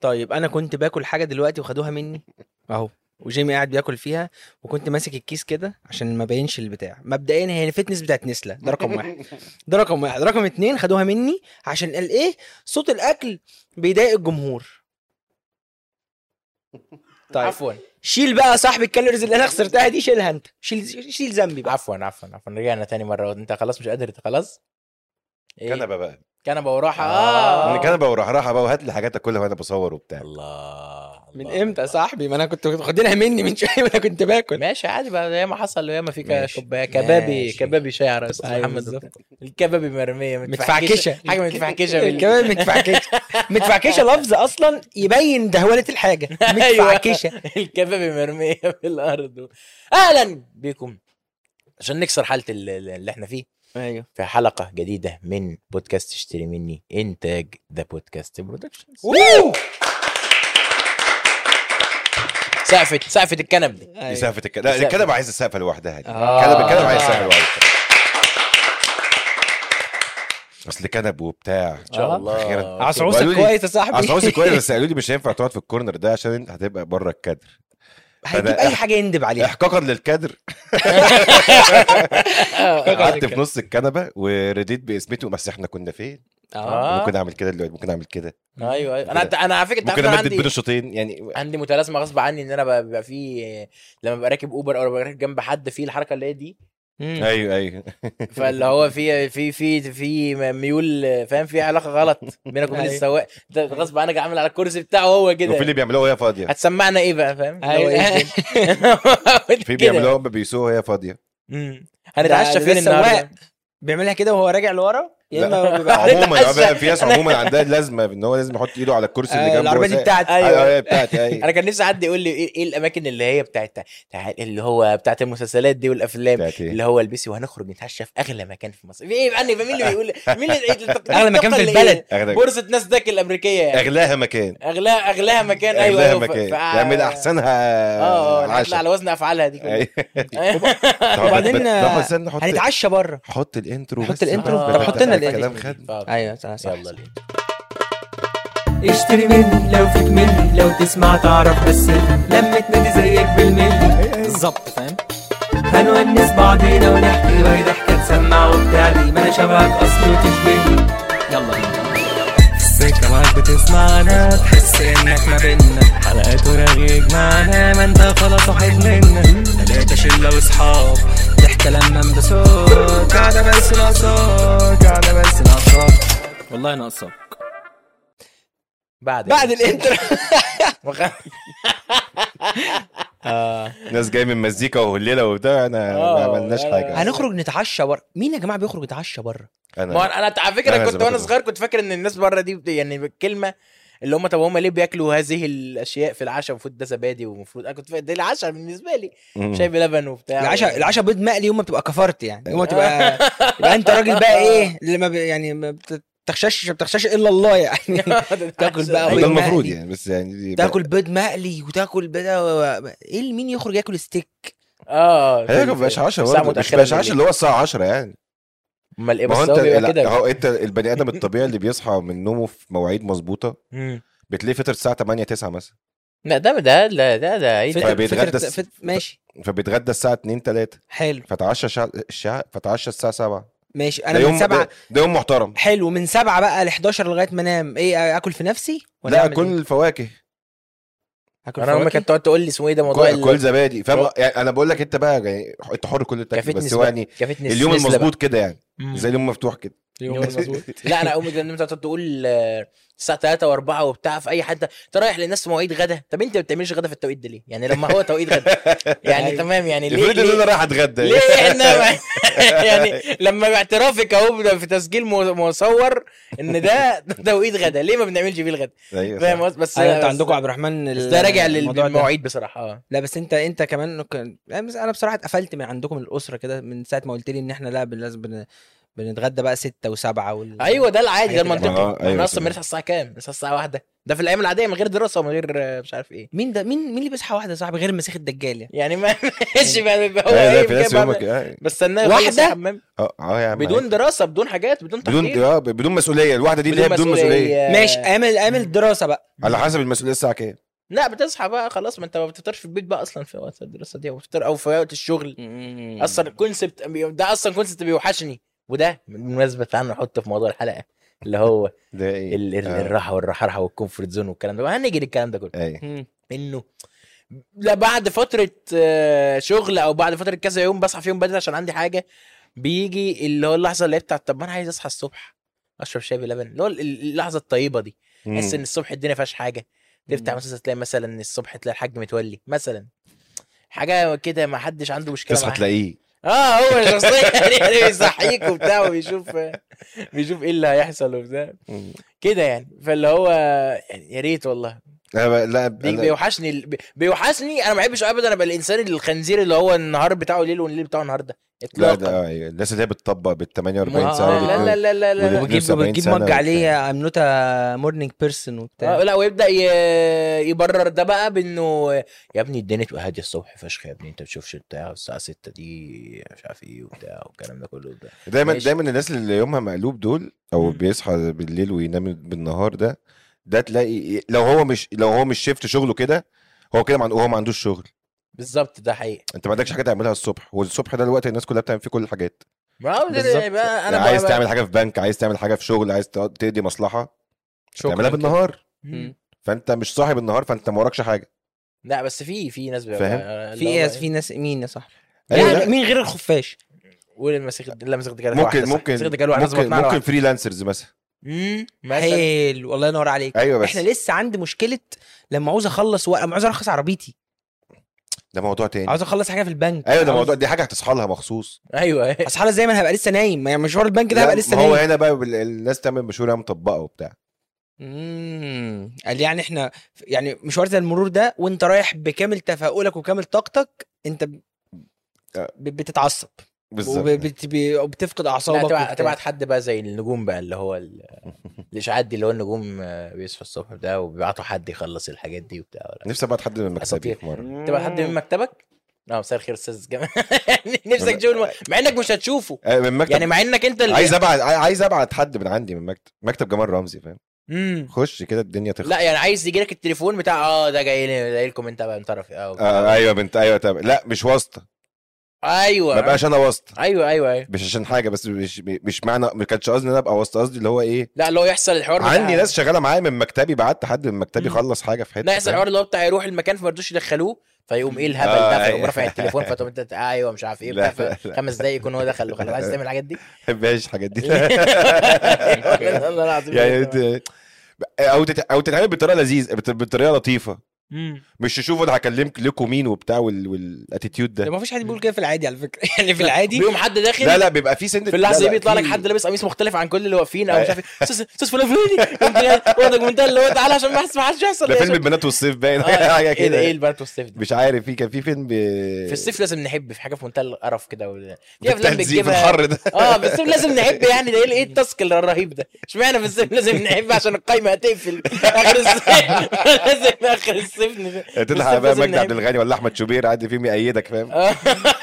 طيب انا كنت باكل حاجه دلوقتي وخدوها مني اهو وجيمي قاعد بياكل فيها وكنت ماسك الكيس كده عشان ما بينش البتاع مبدئيا هي الفتنس بتاعت نسله ده رقم واحد ده رقم واحد رقم اتنين خدوها مني عشان قال ايه صوت الاكل بيضايق الجمهور طيب عفوا شيل بقى يا صاحبي الكالوريز اللي انا خسرتها دي شيلها انت شيل شيل ذنبي بقى عفوا عفوا عفوا رجعنا تاني مره انت خلاص مش قادر انت خلاص ايه كنبه بقى كنبه وراحه آه. من كنبه وراح راحه بقى وهات لي حاجات اكلها وانا بصور وبتاع أيوه. الله من الله. امتى يا صاحبي ما انا كنت واخدينها مني من شويه ما انا كنت باكل ماشي عادي بقى زي ما حصل ياما في كا- ماشي. كوبايه كبابي ماشي. كبابي شاعر يا أستاذ أيوة محمد بالظبط. وبتاع. الكبابي مرميه متفعكشه حاجه متفعكشه بال- كمان متفعكشه متفعكشه لفظ اصلا يبين دهوله الحاجه أيوة. متفعكشه الكبابي مرميه في الارض اهلا بكم عشان نكسر حاله ال- ال- اللي احنا فيه ايوه في حلقه جديده من بودكاست اشتري مني انتاج ذا بودكاست برودكشنز سقفه سقفه الكنب دي دي أيوة. سقفه الكنبه لا سقفة. الكنبه عايزه السقفه لوحدها دي آه. كنبه كنبه عايزه السقفه لوحدها اصل كنب وبتاع ان شاء آه. الله أخيراً. عصعوصك وقالوا لي- كويس يا صاحبي اصل عاوزك كويس بس قالوا لي مش هينفع تقعد في الكورنر ده عشان انت هتبقى بره الكادر هيجيب فده- اي حاجه يندب عليها احقاقا للكادر قعدت في نص الكنبه ورديت باسمته بس احنا كنا فين آه. ممكن اعمل كده دلوقتي ممكن اعمل كده ايوه ايوه انا انا على فكره أنت ممكن عارف أنا امدد عندي أمم. بين الشوطين يعني عندي متلازمه غصب عني ان انا ب- بيبقى في لما ببقى راكب اوبر او ببقى راكب جنب حد في الحركه اللي هي دي مم. ايوه ايوه فاللي هو في في في في ميول فاهم في علاقه غلط بينك وبين أيوة. السواق ده غصب عنك عامل على الكرسي بتاعه هو وفي كده اللي بيعملوها وهي فاضيه هتسمعنا ايه بقى فاهم أيوة. في بيعملوها وهم بيسوقوا وهي فاضيه هنتعشى ده- ده فين النهارده بيعملها كده وهو راجع لورا يا آه، لا. اما بيبقى حاطط- عموما عشان- بقى في ناس عموما عندها لازمه ان هو لازم يحط ايده على الكرسي اللي آه، جنبه العربيه دي وهي- بتاعتي أيوة. ايوه هي بتاعتي انا ايوه كان نفسي حد يقول لي ايه إيه الاماكن اللي هي بتاعت تعال- اللي هو بتاعت المسلسلات دي والافلام إيه. بتاعتي اللي هو البسي وهنخرج نتعشى في اغلى مكان في مصر في ايه بقى مين اللي بيقول مين اللي أغلى مكان في اللي البلد. إيه؟ أغلى- بورصه ناسداك الامريكيه يعني اغلاها مكان اغلاها اغلاها مكان ايوه اغلاها أيوة، ف- مكان ف- يعني تعمل احسنها اه اه عشاء. نطلع على وزن افعالها دي كلها أيوة. طب وبعدين، بت- بت- آه، طب استنى حط هنتعشى بره حط الانترو حط بس. الانترو. آه. طب حط لنا الكلام الانترو. خد. ايوه صح صح أيوة، أيوه. يلا ليه اشتري مني لو فيك مني لو تسمع تعرف بس لمة نادي زيك بالملي بالظبط فاهم هنونس بعضينا ونحكي وهي ضحكة تسمع وبتاع دي ما انا شبهك اصلي وتشبهني يلا بينا السكة معاك بتسمعنا تحس انك ما بينا حلقات ورغي يجمعنا ما انت خلاص واحد منا تلاتة شلة واصحاب ضحكة لما بصوت قاعدة بس ناقصاك قاعدة بس ناقصاك والله ناقصاك بعد بعد الانترو ناس جاي من مزيكا وهليله وبتاع انا ما آه، عملناش أنا- حاجه هنخرج نتعشى بره مين يا جماعه بيخرج يتعشى بره ما هو انا انا على أنا فكره كنت زمان وانا كده. صغير كنت فاكر ان الناس بره دي بت- يعني الكلمه اللي هم طب هم ليه بياكلوا هذه الاشياء في العشاء المفروض ده زبادي ومفروض انا كنت فاكر ده العشاء بالنسبه لي مم. شاي بلبن وبتاع العشاء العشاء بيض مقلي يوم ما بتبقى كفرت يعني يوم ما تبقى يبقى انت راجل بقى ايه اللي ما ب- يعني ما بتخشاش ما بتخشاش الا الله يعني تاكل أيوة. بقى ده بيض المفروض مقلي. يعني بس يعني دي- تاكل بيض مقلي وتاكل بيض ايه اللي- مين يخرج ياكل ستيك اه هي ما بقاش 10 الساعة برضه مش متأخرة بقاش 10 اللي هو الساعه 10 يعني امال ايه ما هو بس انت هو بيبقى لا، كده هو انت البني ادم الطبيعي اللي بيصحى من نومه في مواعيد مظبوطه مم. بتلاقيه فطر الساعه 8 9 مثلا لا ده ده ده ده ده ايه ده؟ طيب، بيتغدى فكرة- س- فت- ماشي فبيتغدى الساعه 2 3 حلو فتعشى شع... الشع... فتعشى الساعه 7 ماشي ده انا يوم من سبعه ده, ده يوم محترم حلو من سبعه بقى ل 11 لغايه ما انام ايه اكل في نفسي ولا لا أعمل كل إيه؟ الفواكه اكل انا امي فواكه؟ كانت تقعد تقول لي اسمه ايه ده موضوع كل, ال- كل زبادي فاهم هو- يعني انا بقول لك انت بقى يعني انت حر كل التاكل كفتني بس هو سبا- يعني كفتني اليوم السلسلة بقى. المظبوط كده يعني مم. زي اليوم مفتوح كده اليوم المظبوط لا انا امي كانت بتقعد تقول آه، الساعه 3 و4 وبتاع في اي حته انت رايح للناس في مواعيد غدا طب انت ما بتعملش غدا في التوقيت ده ليه؟ يعني لما هو توقيت غدا يعني أيوه. أيوة. تمام يعني ليه افرض ان انا ليه, رايح اتغدى ليه احنا يعني لما باعترافك اهو في تسجيل مو- مصور ان ده ده توقيت غدا ليه ما بنعملش فيه الغدا؟ أيوة، فاهم صح. قصدي؟ بس ايوه انت بس- عندكم عبد الرحمن آه، بس ده راجع الموضوع ده. للمواعيد بصراحه اه لا بس انت انت يعني كمان ك- انا بس- أنا بصراحه اتقفلت من عندكم الاسره كده من ساعه ما قلت لي ان احنا لا بن- لازم بن- بنتغدى بقى ستة وسبعة وال... ايوه ده العادي ده حاجات العادية. المنطقي آه، انا أيوة اصلا كده. بنصحى الساعه كام؟ بنصحى الساعه واحدة ده في الايام العاديه من غير دراسه ومن غير آه، مش عارف ايه مين ده مين مين اللي بيصحى واحده يا صاحبي غير المسيح الدجال يعني يعني ما ماشي بقى هو أيوة، لا ايه لا في ناس يومك اه بستناه واحدة؟ يخلص الحمام. اه آه يا عم بدون دراسه بدون حاجات بدون بدون تحضير اه بدون مسؤوليه الواحده دي اللي هي بدون مسؤوليه آه. ماشي اعمل اعمل الدراسه بقى على حسب المسؤوليه الساعه كام لا بتصحى بقى خلاص ما انت ما بتفطرش في البيت بقى اصلا في وقت الدراسه دي او بتفطر او في وقت الشغل اصلا الكونسبت ده اصلا كونسبت بيوحشني وده بالمناسبه تعالى نحطه في موضوع الحلقه اللي هو ده ايه ال- ال- آه. الراحه والرحرحه والكومفورت زون والكلام ده هنيجي للكلام ده كله ايه مم. انه لا بعد فتره آه، شغل او بعد فتره كذا يوم بصحى فيهم بدري عشان عندي حاجه بيجي اللي هو اللحظه اللي هي بتاعت طب ما انا عايز اصحى الصبح اشرب شاي بلبن اللي هو ال- اللحظه الطيبه دي تحس ان الصبح الدنيا فيهاش حاجه تفتح مم. مسلسل تلاقي مثلا الصبح تلاقي الحاج متولي مثلا حاجه كده ما حدش عنده مشكله تصحى معاها تلاقيه اه هو شخصيا يعني بيصحيك وبتاع وبيشوف بيشوف ايه اللي هيحصل وبتاع مم. كده يعني فاللي هو يعني يا ريت والله انا بقى- لا بي- أنا- بيوحشني ال- بي- بيوحشني انا ما بحبش ابدا ابقى الانسان الخنزير اللي هو النهار بتاعه ليل والليل بتاعه نهار ده لا اطلاقا ده آه، أيوة. الناس اللي هي بتطبق بال 48 ما- ساعه آه، لا والاتنين- لا لا لا لا لا. والاتنين وبتجيب 72 بتجيب سنة مج عليه وبتاع. امنوته مورنينج بيرسون آه، وبتاع لا ويبدا ي- يبرر ده بقى بانه يا ابني الدنيا تبقى هاديه الصبح فشخ يا ابني انت ما بتشوفش بتاع الساعه 6 دي مش عارف ايه وبتاع والكلام ده كله وبتاع دايما ماشي. دايما الناس اللي يومها مقلوب دول او مم. بيصحى بالليل وينام بالنهار ده ده تلاقي لو هو مش لو هو مش شيفت شغله كده هو كده مع- هو ما عندوش شغل بالظبط ده حقيقي انت ما عندكش حاجه تعملها الصبح والصبح ده الوقت الناس كلها بتعمل فيه كل الحاجات ما هو ده- بالظبط. بقى انا يعني عايز بقى- تعمل حاجه في بنك عايز تعمل حاجه في شغل عايز تقعد- تقضي مصلحه تعملها بالنهار مم. فانت مش صاحب النهار فانت ما وراكش حاجه لا بس في في ناس بيبقى- فاهم؟ إيه؟ اللي في هو إيه؟ ايه في ناس مين يا صاحبي أيوة، يعني لا. مين غير الخفاش قول المسيخ لا مسيخ دجال واحدة ممكن صح. ممكن مسيخ دجال واحدة لازم ممكن أطلع على ممكن واحدة. فريلانسرز مثلا مم. مثلا حلو الله ينور عليك ايوه بس احنا لسه عندي مشكله لما عاوز اخلص ورقه عاوز ارخص عربيتي ده موضوع تاني عاوز اخلص حاجه في البنك ايوه يعني. ده عاوز- موضوع دي حاجه هتصحى لها مخصوص ايوه اصل حالا زي ما انا هبقى لسه نايم يعني مشوار البنك ده إيه. لا، هبقى لسه ما هو نايم هنا بقى بال- الناس تعمل مشهوره مطبقه وبتاع إيه؟ امم قال لي يعني احنا يعني مشوار زي المرور ده وانت رايح بكامل تفاؤلك وكامل طاقتك انت ب... آه. ب- بتتعصب بالظبط وبتفقد لا اعصابك تبعت وبتاع. تبعت حد بقى زي النجوم بقى اللي هو ال- الاشاعات دي اللي هو النجوم آه، بيصحوا الصبح ده وبيبعتوا حد يخلص الحاجات دي وبتاع ولا نفسي ابعت حد من مكتبي أساطير. في مره تبقى حد من مكتبك اه مساء الخير استاذ جمال يعني نفسك أنا- تشوفه مع انك مش هتشوفه آه، من مكتب يعني مع انك انت اللي عايز ابعت عاي- عايز ابعت حد من عندي من مكتب مكتب جمال رمزي فاهم مم. خش كده الدنيا تخلص لا يعني عايز يجي لك التليفون بتاع اه ده جاي لي جاي لكم انت بقى من طرفي اه وبتاع. آه ايوه بنت ايوه طب لا مش واسطه ايوه ما بقاش انا واسطه ايوه ايوه ايوه مش عشان حاجه بس مش مش معنى ما كانش قصدي ان انا ابقى واسطه قصدي اللي هو ايه لا اللي هو يحصل الحوار بتاع- عندي ناس شغاله معايا من مكتبي بعت حد من مكتبي مم. خلص حاجه في حته لا يحصل فاهم؟ الحوار اللي هو بتاع يروح المكان فما يردوش يدخلوه فيقوم ايه الهبل آه، ده فيقوم أيوة. رافع التليفون فتقوم انت ايوه مش عارف ايه لا، بتاع لا. خمس دقايق يكون هو دخل خلاص عايز تعمل الحاجات دي ما بحبهاش الحاجات دي والله العظيم يعني ت- او تت- او تتعامل بطريقه لذيذه بت- بطريقه لطيفه مم. مش تشوفوا انا هكلمك لكم مين وبتاع وال- والاتيتيود ده ده ما فيش حد بيقول كده في العادي على فكره يعني في العادي بيقوم حد داخل لا لا بيبقى في سند في اللحظه لا، دي لا، بيطلع لك في- حد لابس قميص مختلف عن كل اللي واقفين او مش عارف ايه استاذ استاذ فلان فلاني قمت جاي واخدك منتهى اللي هو تعالى عشان ما حدش- ما حدش يحصل ده يا فيلم شباب. البنات والصيف باين آه، ايه حاجه ده كده ايه البنات والصيف ده مش عارف في كان في فيلم ب... في الصيف لازم نحب في حاجه في منتهى القرف كده وال- في افلام بالتهزيق في بتجيبها الحر ده اه في الصيف لازم نحب يعني ده ايه إيه التاسك الرهيب ده اشمعنى في الصيف لازم نحب عشان القايمه هتقفل اخر الصيف لازم اخر الصيف نف- في تلحق الصيف إيه، بقى آه، لازم مجدي عبد نحب. الغني ولا احمد شوبير عادي فيهم يأيدك فاهم آه،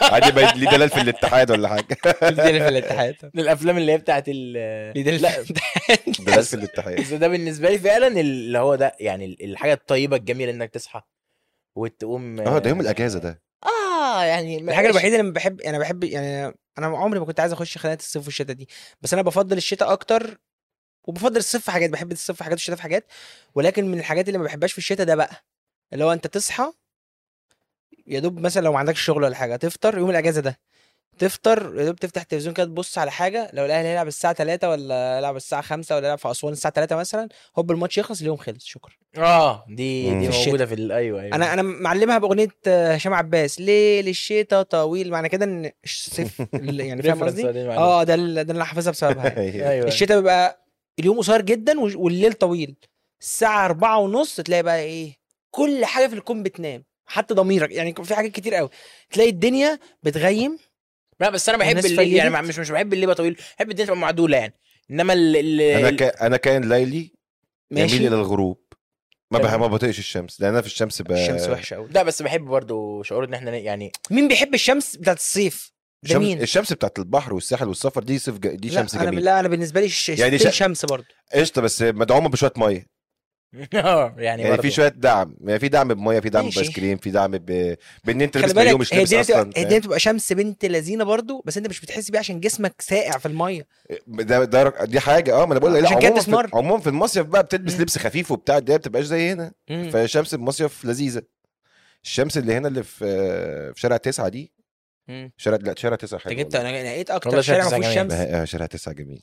عادي بقى ليه دلال في الاتحاد ولا حاجه بيدل في الاتحاد من الافلام اللي هي بتاعت ال بيدل في لا. الاتحاد دلال في الاتحاد إذا ده بالنسبه لي فعلا اللي هو ده يعني ال- الحاجه الطيبه الجميله انك تصحى وتقوم اه ده يوم الاجازه ده اه يعني ما- الحاجه الوحيده اللي بحب انا بحب يعني انا عمري ما كنت عايز اخش خناقه الصيف والشتاء دي بس انا بفضل الشتاء اكتر وبفضل الصيف في حاجات بحب الصيف في حاجات والشتاء في حاجات ولكن من الحاجات اللي ما بحبهاش في الشتاء ده بقى اللي هو انت تصحى يا دوب مثلا لو ما عندكش شغل ولا حاجه تفطر يوم الاجازه ده تفطر يا دوب تفتح التلفزيون كده تبص على حاجه لو الاهلي هيلعب الساعه 3 ولا هيلعب الساعه 5 ولا هيلعب في اسوان الساعه 3 مثلا هوب الماتش يخلص اليوم خلص شكرا اه دي مم. دي في موجوده في ال- ايوه ايوه يعني. انا انا معلمها باغنيه آه، هشام عباس ليل الشتاء طويل معنى كده ان الصيف ال- يعني فاهم Reference قصدي؟ دي معلومة. اه ده ال- ده اللي انا حافظها بسببها يعني. أيوة. ايوه الشتاء بيبقى اليوم قصير جدا وج- والليل طويل الساعه أربعة ونص تلاقي بقى ايه كل حاجه في الكون بتنام حتى ضميرك يعني في حاجات كتير قوي تلاقي الدنيا بتغيم لا بس انا بحب الناس الليل يعني فيدت. مش مش بحب الليل يبقى طويل بحب الدنيا تبقى معدوله يعني انما ال ال- انا ال- ك... انا كائن ليلي ماشي. يميل الى الغروب ما بح... تمام. ما بطيقش الشمس لان انا في الشمس ب... الشمس وحشه قوي لا بس بحب برضو شعور ان احنا ن- يعني مين بيحب الشمس بتاعت الصيف ده الشمس... مين الشمس بتاعت البحر والساحل والسفر دي صيف ج... دي لا، شمس انا جميله لا انا بالنسبه لي الش... يعني يعني شا- شمس برضه قشطه بس مدعومه بشويه ميه يعني آه، يعني يعني في برضو. شويه دعم يعني في دعم بميه في دعم ماشي. بايس كريم في دعم ب... بان انت خلي لابس مايو بالك مش هي لابس الدنيا اصلا بتبقى هي الدنيا بتبقى شمس بنت لذينه برضه بس انت مش بتحس بيها عشان جسمك ساقع في الميه ده ده رك- دي حاجه اه ما انا بقول لك لا آه، عشان كده عموما تسمر. في... عموما في المصيف بقى بتلبس مم. لبس خفيف وبتاع الدنيا ما بتبقاش زي هنا مم. فالشمس المصيف لذيذه الشمس اللي هنا اللي في في شارع تسعة دي مم. شارع لا شارع تسعة انت حلو جبت والله. انا نقيت اكتر والله شارع ما شمس فيهوش جميل. شمس آه، شارع تسعة جميل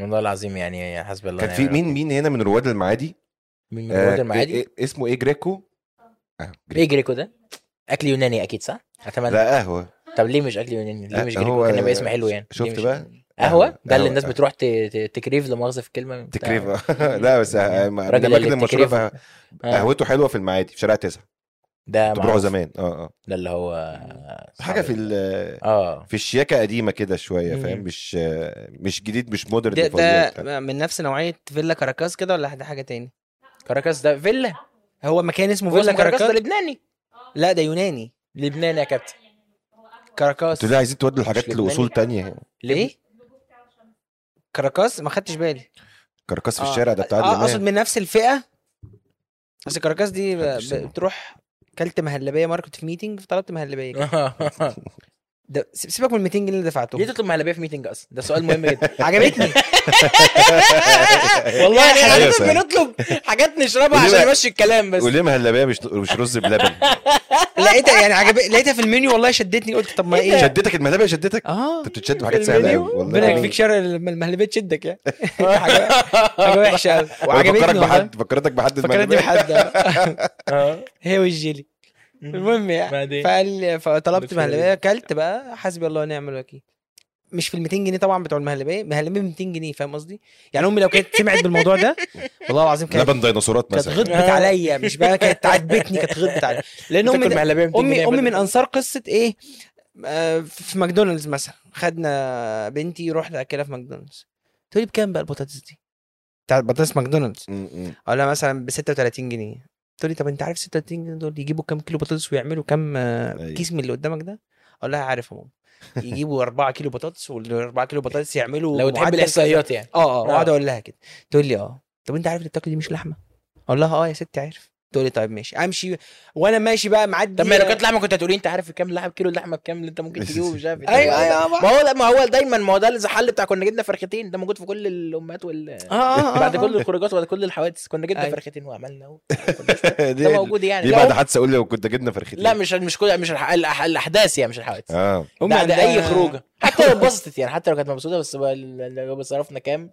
والله العظيم يعني حسب الله كان ونعم في الوكيل. مين مين هنا من رواد المعادي مين من آه، رواد المعادي إيه- إيه- اسمه ايه جريكو آه، جريكو. ايه جريكو ده اكل يوناني اكيد صح اتمنى لا قهوه طب ليه مش اكل يوناني ليه لا، مش هو- جريكو كان يبقى اسم حلو يعني ليه شفت مش- بقى؟ قهوه ده قهوة، اللي الناس قهوة. بتروح ت- ت- تكريف لا مؤاخذه في الكلمه بتاع- تكريف لا بس آه، آه، من الراجل الاماكن اللي المشهوره بتكريف. بقى- آه. قهوته حلوه في المعادي في شارع تسعة ده كنت بروحه معروف. زمان اه اه ده اللي هو حاجه في ال- اه في الشياكه قديمه كده شويه مم. فاهم مش آه، مش جديد مش مودرن ده, فظيع. ده من نفس نوعيه فيلا كاراكاس كده ولا ده حاجه تاني كاراكاس ده فيلا هو مكان اسمه فيلا فيلا كاراكاس ده كاراكاس لبناني لا ده يوناني لبناني يا كابتن كاراكاس انتوا ليه عايزين تودوا الحاجات مش لبناني. لاصول تانية ليه كاراكاس ما خدتش بالي كركاس في آه. الشارع ده بتاع اه اليمين. اقصد من نفس الفئه بس كاراكاس دي ب- محدش سمع. بتروح كلت مهلبيه مره كنت في ميتنج فطلبت مهلبيه آه. كده. ده سي- سيبك من 200 جنيه اللي ليه دفعتهم تطلب مهلبيه في ميتنج اصلا ده سؤال مهم جدا عجبتني والله يعني احنا أيوة غالبا فعلا. بنطلب حاجات نشربها وليه عشان بقى- نمشي الكلام بس وليه مهلبيه مش مش رز بلبن لقيتها يعني عجب... لقيتها في المنيو والله شدتني قلت طب ما ايه شدتك المهلبيه شدتك اه انت بتتشد بحاجات سهله قوي ربنا والله يكفيك شر الم- المهلبيه تشدك يعني حاجه حاجه وحشه قوي أنا وعجبتني فكرك والله. بحد فكرتك بحد فكرتني المهلبية. بحد آه. آه. هي والجيلي المهم يعني بعدين فقال فطلبت بالفعل. مهلبيه اكلت بقى حسبي الله ونعم الوكيل مش في ال 200 جنيه طبعا بتوع المهلبيه مهلبيه ب 200 جنيه فاهم قصدي؟ يعني امي لو كانت سمعت بالموضوع ده والله العظيم كانت لبن ديناصورات كانت مثلا غضبت عليا مش بقى كانت عاتبتني كانت غضبت عليا لان امي تاكل مهلبيه ب 200 امي جنيه امي بدل- من انصار قصه ايه آه، في ماكدونالدز مثلا خدنا بنتي رحنا اكلها في ماكدونالدز تقول لي بكام بقى البطاطس دي بتاعت بطاطس ماكدونالدز م- م. اقول لها مثلا ب 36 جنيه تقول لي طب انت عارف 36 جنيه دول يجيبوا كام كيلو بطاطس ويعملوا كام آه، أيوة. كيس من اللي قدامك ده اقول لها عارف يا ماما يجيبوا 4 كيلو بطاطس وال 4 كيلو بطاطس يعملوا لو تحب معدل الاحصائيات يعني اه اه آه. واقعد اقول لها كده تقول لي اه طب انت عارف اللي بتاكل دي مش لحمه اقول لها اه يا ستي عارف تقول لي طيب ماشي امشي وانا ماشي بقى معدي طب ما لو كانت لحمه كنت هتقولي انت عارف كام لحمه كيلو اللحمه بكام اللي انت ممكن تجيبه مش عارف إيه. أيوة. ايوه ايوه آه، ما هو لا ما هو دايما ما هو ده الحل بتاع كنا جبنا فرختين ده موجود في كل الامهات وال اه اه آه، بعد آه. كل الخروجات وبعد كل الحوادث كنا جبنا أيوة. فرختين وعملنا و- ده آه، دي موجود يعني دي لا بعد حادثه اقول لي كنت جبنا فرختين لا مش مش كل مش الح- الأح- الاحداث يعني مش الحوادث اه أمي ده, ده عندها- اي خروجه حتى لو اتبسطت يعني حتى لو كانت مبسوطه بس بقى ال- لو بس صرفنا كام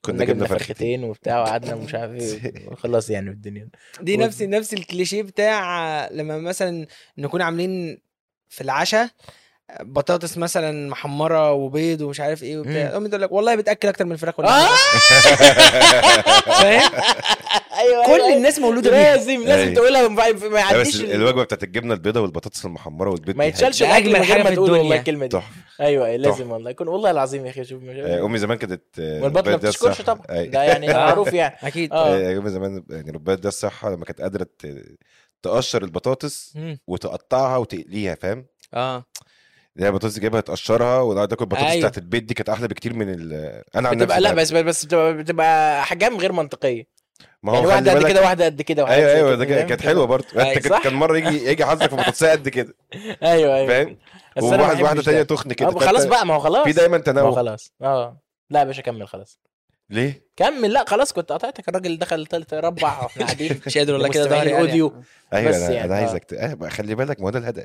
كنا جبنا فرختين فرختين وبتاع وقعدنا ومش عارف ايه خلاص يعني الدنيا دي وال- نفس نفس الكليشيه بتاع لما مثلا نكون عاملين في العشاء بطاطس مثلا محمره وبيض ومش عارف ايه وبتاع مم. امي تقول لك والله بتاكل اكتر من الفراخ ولا آه! فاهم ايوه كل الناس مولوده بيها لازم لازم أيوة. تقولها ما- ما لا، بس يعديش ال- الوجبه بتاعت الجبنه البيضاء والبطاطس المحمره والبيض ما دي يتشالش ده الاكل أجمل من حاجة غير ما في تقول والله الدنيا. الكلمه دي تحفه ايوه أيوة، لازم تحفة. والله يكون والله العظيم يا اخي شوف مش آه، امي زمان كانت آه، والبطه ربنا ما يديها بتشكرش الصحة. طبعا أي. ده يعني معروف يعني اكيد آه. آه، امي زمان يعني ربنا يديها الصحه لما كانت قادره ت- تقشر البطاطس مم. وتقطعها وتقليها فاهم اه اللي هي البطاطس تجيبها تقشرها ونقعد ناكل البطاطس أيوة. بتاعت البيت دي كانت احلى بكتير من ال... انا عن أيوه. بتبقى نفسي لا بحب. بس بس بتبقى, بتبقى احجام غير منطقيه ما يعني هو واحده خلي قد بالك كده واحده قد كده وحاجات ايوه زي ايوه كده، ده كان- فاهم؟ كانت حلوه برضه أيوة، انت كان- صح. كان مره يجي يجي حظك في بطاطس قد كده ايوه ايوه فاهم بس أنا ما وواحد واحده بحبش ده. تانية تخن كده آه، فأنت خلاص بقى ما هو خلاص في دايما ما هو تنوع خلاص اه لا يا باشا كمل خلاص ليه؟ كمل لا خلاص كنت قطعتك الراجل دخل تالت ربع واحنا قاعدين مش قادر والله كده مستمعين ظهري الأوديو. يعني. ايوه بس انا, يعني، أنا آه. عايزك ت... آه بقى خلي بالك ما هو ده الهدف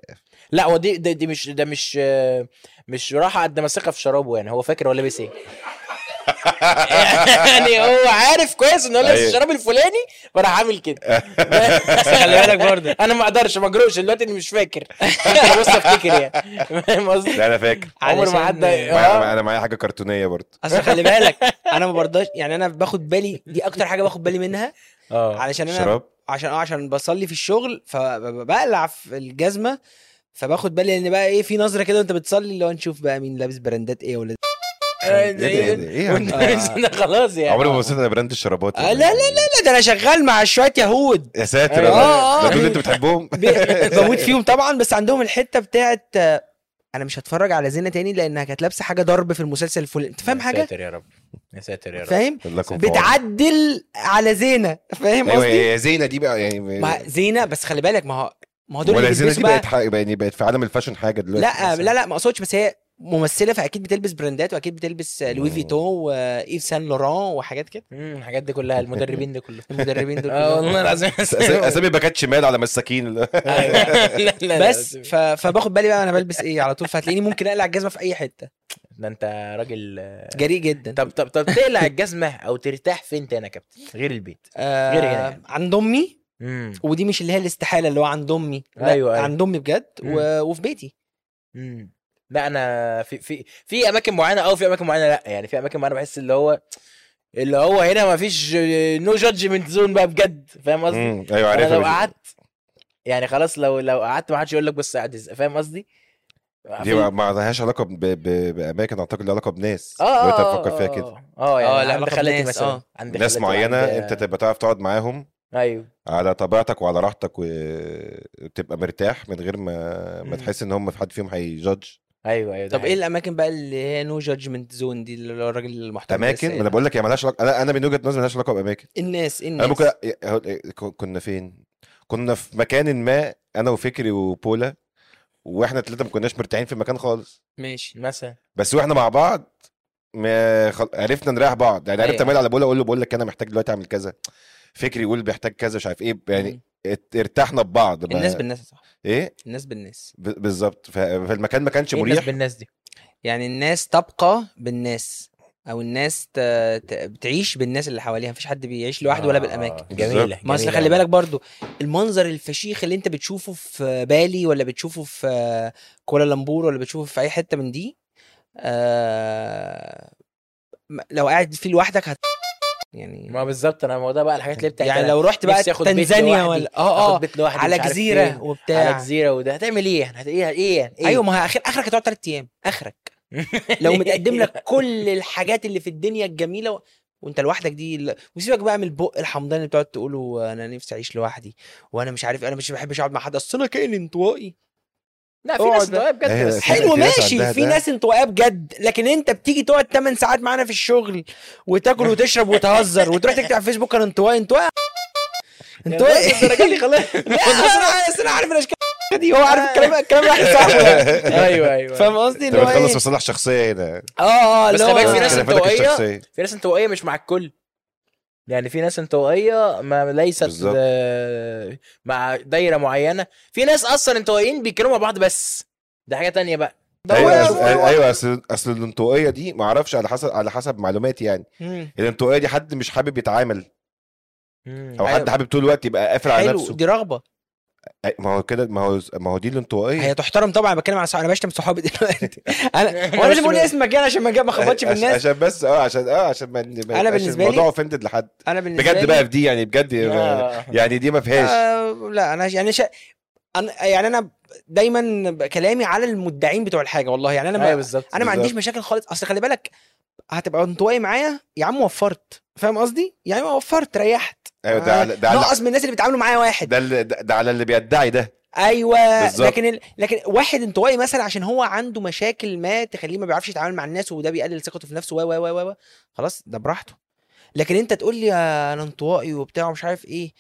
لا هو دي دي دي مش ده مش آه، مش راحه قد ما ثقه في شرابه يعني هو فاكر هو لابس ايه يعني هو عارف كويس ان هو لابس أيوة. الشراب الفلاني فراح عامل كده بس خلي بالك برضه انا ما اقدرش ما اجرؤش دلوقتي اني مش فاكر انا بس افتكر يعني فاهم قصدي لا انا فاكر عمر ما علشان- عدى معايا- آه. انا معايا حاجه كرتونيه برضه اصل خلي بالك انا ما برضاش يعني انا باخد بالي دي اكتر حاجه باخد بالي منها آه. علشان آه، انا شراب عشان اه عشان بصلي في الشغل فبقلع في الجزمه فباخد بالي ان بقى ايه في نظره كده وانت بتصلي اللي هو نشوف بقى مين لابس براندات ايه ولا آه، ايه ده أيوة. ايه ده؟ ايه يا عم؟ وانت انا خلاص يعني عمري ما بصيت على براند الشرابات آه لا لا لا لا ده انا شغال مع شويه يهود يا ساتر أيوة. يا رب. آه، آه. ده دول اللي انت بتحبهم بي- بموت فيهم طبعا بس عندهم الحته بتاعت آه، انا مش هتفرج على زينه تاني لانها كانت لابسه حاجه ضرب في المسلسل الفلاني انت فاهم يا حاجه ساتر يا رب يا ساتر يا رب فاهم لكم في عون. بتعدل على زينه فاهم ايوه قصدي هي زينه دي بقى يعني ما زينه بس خلي بالك ما هو ما هو دول ولا اللي زينه بيلبسوا دي بقى بقت حق- يعني بقت في عالم الفاشن حاجه دلوقتي لا مثلاً. لا لا ما اقصدش بس هي ممثله فاكيد بتلبس براندات واكيد بتلبس لوي مم. فيتون وايف سان لوران وحاجات كده مم، الحاجات دي كلها المدربين دي كلهم المدربين دول اه كلهم. والله العظيم أس- اسامي باكات شمال على مساكين اللي- أيوة. لا، لا، لا، بس ف... فباخد بالي بقى انا بلبس ايه على طول فهتلاقيني ممكن اقلع الجزمه في اي حته ده انت راجل آه، جريء جدا طب طب طب تقلع الجزمه او ترتاح فين تاني يا كابتن غير البيت آه... غير هنا يعني. عند امي امم ودي مش اللي هي الاستحاله اللي هو عند امي لا أيوة، أيوة. عند امي بجد و... مم. وفي بيتي امم لا انا في في في اماكن معينه او في اماكن معينه لا يعني في اماكن معينه بحس اللي هو اللي هو هنا ما فيش نو جادجمنت زون بقى بجد فاهم قصدي مم، ايوه انا لو عارفها قعدت يعني خلاص لو لو قعدت ما حدش يقول لك بص قاعد ازاي فاهم قصدي دي دي ما- ما لهاش علاقه ب- ب- باماكن اعتقد لها علاقه بناس اه اه لو انت آه، تفكر فيها آه، كده اه يعني آه، عند العلاقة خالاتي بالناس، مثلا آه. عند ناس خالاتي وعند- معينه انت تبقى تعرف تقعد معاهم ايوه على طبيعتك وعلى راحتك وتبقى مرتاح من غير ما ما مم. تحس ان هم في حد فيهم هيجادج ايوه ايوه ده طب ايه حقيقي. الاماكن بقى اللي هي نو جادجمنت زون دي اللي هو الراجل المحترم ده اماكن لسه ما انا قايل. بقول لك هي مالهاش علاقه انا انا من وجهه نظري مالهاش علاقه باماكن الناس الناس انا ممكن هقول- إيه، كنا فين كنا في مكان ما انا وفكري وبولا واحنا الثلاثه ما كناش مرتاحين في المكان خالص ماشي مثلا بس واحنا مع بعض ما خل... عرفنا نريح بعض يعني عرفت أيوة. امال على بولا اقول له بقول لك انا محتاج دلوقتي اعمل كذا فكري يقول بيحتاج كذا مش عارف ايه يعني مم. ات- ارتحنا ببعض ما- الناس بالناس يا صاحبي ايه الناس بالناس ب... بالظبط ف... فالمكان ما كانش إيه الناس مريح بالناس دي يعني الناس تبقى بالناس او الناس ت... ت... بتعيش بالناس اللي حواليها مفيش حد بيعيش لوحده ولا آه، بالاماكن جميله ما اصل جميلة خلي والله. بالك برضو المنظر الفشيخ اللي انت بتشوفه في بالي ولا بتشوفه في كوالالمبور ولا بتشوفه في اي حته من دي آه... م- لو قاعد فيه لوحدك هت... يعني ما بالظبط انا الموضوع بقى الحاجات اللي بتاعت يعني أنا لو رحت بقى نفسي آخد بيت تنزانيا لوحدي، ولا اه اه آخد بيت لوحدي على مش عارف فين، جزيره على إيه، وبتاع جزيره وده هتعمل ايه هت- ايه ايه ايه ايوه ما هو اخر اخرك هتقعد ثلاث ايام اخرك لو متقدم لك كل الحاجات اللي في الدنيا الجميله و... وانت لوحدك دي ال- وسيبك بقى من البق الحمضان اللي بتقعد تقوله انا نفسي اعيش لوحدي وانا مش عارف انا مش بحبش اقعد مع حد اصل انا كائن انطوائي لا في ناس اقعد بقى. طيب بجد هي- بس في- حلو في ناس ماشي عندها في ده. ناس انطوائيه بجد لكن انت بتيجي تقعد 8 ساعات معانا في الشغل وتاكل وتشرب وتهزر وتروح تكتب على فيسبوك انا انطوائي انطوائي انطوائي الدرجه دي خلاص لا أصل انا أصل انا عارف الاشكال دي هو عارف الكلام الكلام راح صاحبه ايوه ايوه فاهم قصدي انت اللي هو إيه؟ بتخلص مصالح شخصيه هنا اه اه بس اللي خلي أيوة. هو- بالك في ناس اختلافاتك انطوائية. الشخصيه في ناس انطوائيه مش مع الكل يعني في ناس انطوائيه ما ليست بالظبط. آه، مع دايره معينه في ناس اصلا انطوائيين بيتكلموا مع بعض بس ده حاجه تانية بقى ده هو- ايوه هو- أصل... هو- ايوه اصل اصل الانطوائيه دي ما اعرفش على حسب على حسب معلوماتي يعني مم. الانطوائيه دي حد مش حابب يتعامل مم. او حد أيوة. حابب طول الوقت يبقى قافل على حلو نفسه دي رغبه أي- ما هو كده ما هو ما هو دي الانطوائيه هي تحترم طبعا أنا بتكلم على صح... انا بشتم صحابي دلوقتي انا هو انا اللي بقول اسمك يعني عشان ما ما اخبطش في عش- الناس عشان بس اه عشان اه عشان ما ما- أنا عشان بالنسبة لي- الموضوع اوفندد لحد انا بالنسبه بجد لي- بقى في دي يعني بجد آه. يعني دي ما فيهاش آه لا انا يعني شا... أنا يعني انا دايما ب- كلامي على المدعين بتوع الحاجه والله يعني انا ايوه ما... بالظبط انا ما أيوة، بالظبط. عنديش مشاكل خالص اصل خلي بالك هتبقى انطوائي معايا يا عم وفرت فاهم قصدي يعني ما وفرت ريحت ايوه آه، ده على ده على نقص من الناس اللي بيتعاملوا معايا واحد ده اللي- ده ده على اللي بيدعي ده ايوه بالظبط. لكن ال... لكن واحد انطوائي مثلا عشان هو عنده مشاكل ما تخليه ما بيعرفش يتعامل مع الناس وده بيقلل ثقته في نفسه و و و و- و خلاص ده براحته لكن انت تقول لي آه، انا انطوائي وبتاع ومش عارف ايه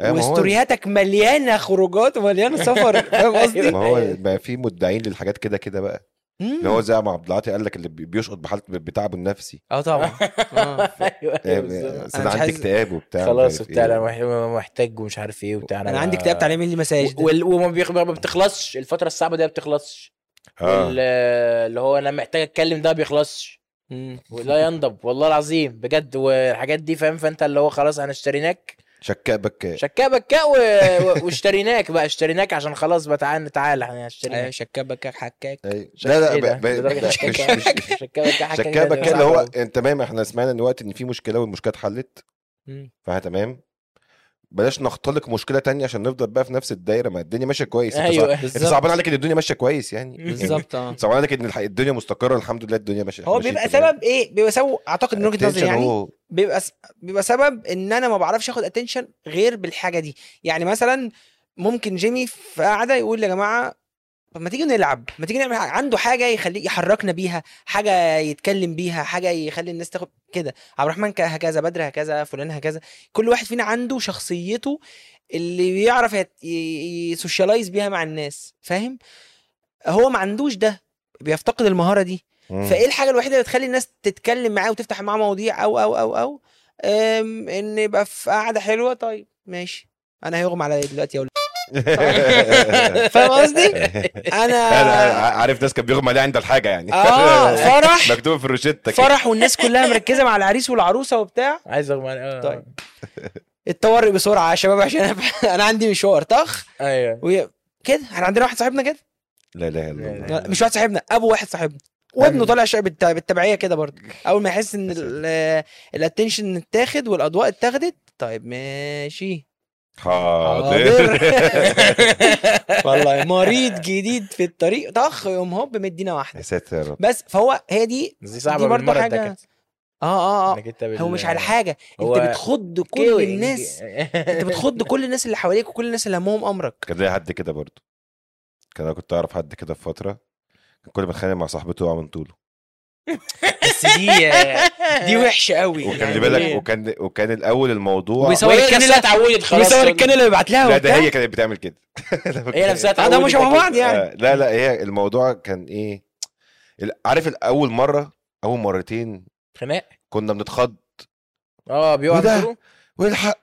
أيوة، ما هو- وستورياتك مليانه خروجات ومليانه سفر فاهم قصدي؟ ما هو بقى في مدعين للحاجات كده كده بقى مم. اللي هو زي ما عبد العاطي قال لك اللي بي- بيشقط بحالته بتعبه النفسي اه طبعا آه. ايوه آه، ايوه بالظبط. أصل أنا انا مش عندي عايز- اكتئاب وبتاع إيه. خلاص وبتاع وبتاع انا مح- محتاج ومش عارف ايه وبتاع انا عندي كتاب تعليمي لي مساج ده. وال- وما بيخ- ما بتخلصش الفتره الصعبه دي ما بتخلصش آه. وال- اللي هو انا محتاج اتكلم ده ما بيخلصش مم. ولا ينضب والله العظيم بجد والحاجات دي فاهم فانت اللي هو خلاص انا اشتريناك شكاء بكاء شكاء بكاء و... و- واشتريناك بقى اشتريناك عشان خلاص بقى تعالى تعالى احنا ايوه هنشتريناك شكبك حكاك أيوة. لا لا إيه ده؟ ب- ب- لدرجة ب- شكاء مش بكاء. مش شكاء بكاء حاجة شكاء كده بكاء اللي هو صعبة. تمام احنا سمعنا دلوقتي ان في مشكله والمشكله اتحلت مم. فها تمام بلاش نختلق مشكله تانية عشان نفضل بقى في نفس الدايره ما الدنيا ماشيه كويس انت ايوه صع- انت بالظبط صعبان عليك ان الدنيا ماشيه كويس يعني يعني بالظبط اه صعبان عليك ان الح- الدنيا مستقره الحمد لله الدنيا ماشيه هو ماشية بيبقى تمام. سبب ايه بيبقى سبب اعتقد من وجهه نظري Attention يعني هو- بيبقى س... بيبقى سبب ان انا ما بعرفش اخد اتنشن غير بالحاجه دي يعني مثلا ممكن جيمي في قاعده يقول يا جماعه طب ما تيجي نلعب ما تيجي نعمل حاجة. عنده حاجه يخلي يحركنا بيها حاجه يتكلم بيها حاجه يخلي الناس تاخد كده عبد الرحمن ك- هكذا بدر هكذا فلان هكذا كل واحد فينا عنده شخصيته اللي بيعرف يت- ي- يسوشيالايز بيها مع الناس فاهم هو ما عندوش ده بيفتقد المهاره دي مم. فايه الحاجه الوحيده اللي بتخلي الناس تتكلم معاه وتفتح معاه مواضيع او او او او أم، ان يبقى في قعده حلوه طيب ماشي انا هيغمى عليا دلوقتي يا ولد فاهم قصدي؟ أنا انا عارف ناس كان بيغمى عليه عند الحاجه يعني اه فرح مكتوبه في الروشته كده. فرح والناس كلها مركزه مع العريس والعروسه وبتاع عايز اغمى عليه طيب. طيب اتطور بسرعه يا شباب عشان أنا- انا عندي مشوار طخ ايوه وي- كده احنا عندنا واحد صاحبنا كده لا لا لا لا، مش واحد صاحبنا ابو واحد صاحبنا وابنه يعني أيوة. طالع شعب بالت- بالتبعيه كده برضه اول ما يحس ان الاتنشن اتاخد والاضواء اتاخدت طيب ماشي حاضر والله مريض جديد في الطريق طخ يقوم هوب مدينا يا واحده ساتر يا رب بس فهو هي دي دي دي صعبه برضه بالمره حاجة- اتدكت اه اه اه انك انت بال- هو مش على حاجه انت هو بتخض كل كيوينج. الناس انت بتخض كل الناس اللي حواليك وكل الناس اللي همهم امرك كان ليا حد كده برضه كان انا كنت اعرف حد كده في فتره كان كل ما اتخانق مع صاحبته يقع من طوله بس دي آه، دي وحشه قوي وكان لي بالك وكان وكان الاول الموضوع وبيصور وهي الكنلة- نفسها اتعودت خلاص بيصور الكنل اللي بيبعت لها لا ده وبتاع. هي كانت بتعمل كده هي نفسها آه، اتعودت ده مش مع بعض يعني آه، لا لا هي الموضوع كان ايه ال- عارف الاول مره اول مرتين خناق كنا بنتخض اه بيقع وده؟ دور. والحق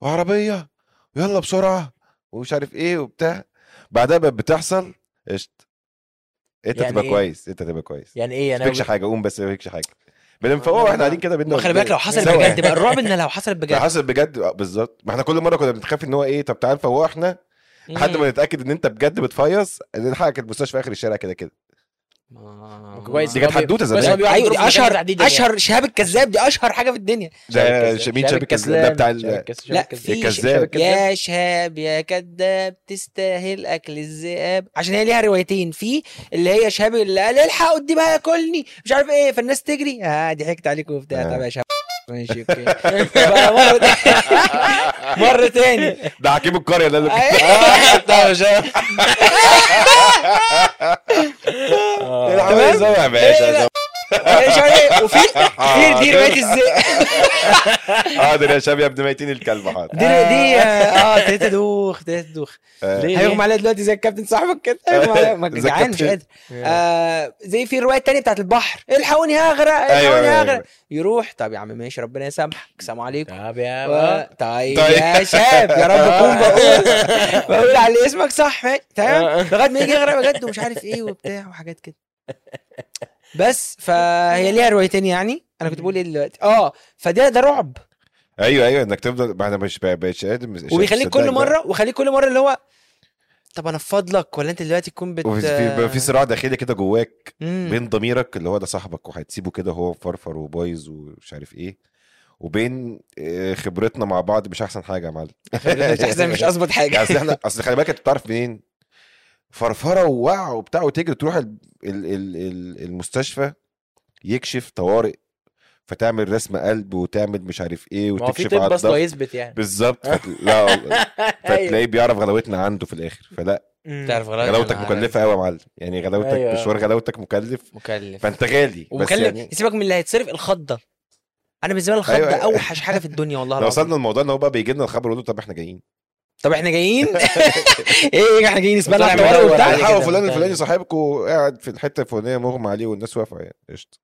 وعربيه ويلا بسرعه ومش عارف ايه وبتاع بعدها بقت بتحصل قشط انت يعني تبقى إيه؟ كويس انت تبقى كويس يعني ايه ما انا فيكش حاجه قوم بس ما فيكش حاجه بنفوق واحنا قاعدين كده بينا ما خلي بالك لو حصلت سوا بجد يعني. بقى الرعب ان لو حصلت لو بجد حصل بجد آه، بالظبط ما احنا كل مره كنا بنخاف ان هو ايه طب تعال فوق احنا لحد ما نتاكد ان انت بجد بتفيص نلحقك المستشفى في اخر الشارع كده كده ما- كويس دي كانت حدوتة زمان. بس هو بيقع ايوه دور في دي مكان اشهر تحديداً يعني. اشهر شهاب الكذاب دي اشهر حاجه في الدنيا ده ش- مين شاب الكسلان ده بتاع ال- لا الكذاب. في ش- الكذاب. يا شهاب يا كذاب تستاهل اكل الذئاب عشان هي ليها روايتين في اللي هي شهاب اللي قال الحق قدي بقى ياكلني مش عارف ايه فالناس تجري اه ضحكت عليكم وبتاع آه. طب يا شهاب ماشي اوكي بقى مرة مرة تاني ده حكيم القريه ده اللي تمام؟ العمل يا باشا مش عارف إيه. وفي في دي رواية الذئاب حاضر يا شاب يا ابن ميتين الكلب حاضر دي دي اه ابتديت ادوخ ابتديت ادوخ آه، هيغمى عليا دلوقتي زي الكابتن صاحبك كده هيغمى عليا ما زي جعان مش الكابتن. قادر آه زي في الروايه الثانيه بتاعت البحر الحقوني هغرق أيوة، الحقوني أيوة، هغرق أيوة. يروح طب يا عم ماشي ربنا يسامحك سلام عليكم طب و- يا بقى. طيب طيب. آه. يا شاب يا رب اكون بقول بقول على اسمك صح ماشي، تمام لغايه ما يجي يغرق بجد ومش عارف ايه وبتاع وحاجات كده بس فهي ليها روايتين يعني انا كنت بقول ايه دلوقتي اه فده ده رعب ايوه ايوه انك تفضل ما انا مش بقتش قادر مش- مش وبيخليك مصدقك كل بقى. مره وخليك كل مره اللي هو طب انا افضلك ولا انت دلوقتي تكون بت وفي في- بقى في صراع داخلي كده جواك مم. بين ضميرك اللي هو ده صاحبك وهتسيبه كده هو مفرفر وبايظ ومش عارف ايه وبين آه، خبرتنا مع بعض مش احسن حاجه يا معلم مش احسن مش اظبط يعني حاجه اصل احنا اصل خلي بالك انت بتعرف منين فرفره ووقع وبتاع وتجري تروح ال... ال... ال... ال- المستشفى يكشف طوارئ فتعمل رسم قلب وتعمل مش عارف ايه ما هو في وتكشف طب طيب. على اصلا الضغط يثبت يعني بالظبط فت... لا والله. فتلاقيه بيعرف غلاوتنا عنده في الاخر فلا تعرف غلاوة غلاوتك أنا مكلفه قوي يا معلم يعني غلاوتك طيب. أيوة. مشوار غلاوتك مكلف مكلف فانت غالي بس ومكلف يعني سيبك من اللي هيتصرف الخضه انا بالنسبه لي الخضه أيوة، أيوة. اوحش حاجه في الدنيا والله لو العظيم وصلنا للموضوع ان هو بقى بيجي لنا الخبر ويقول له طب احنا جايين طب احنا جايين ايه احنا جايين نسمع نطلع الحوار ندور وبتاع عليه. الحقوا كده فلان بتاع. الفلاني صاحبكم قاعد في الحته الفلانيه مغمى عليه والناس واقفه يعني قشطه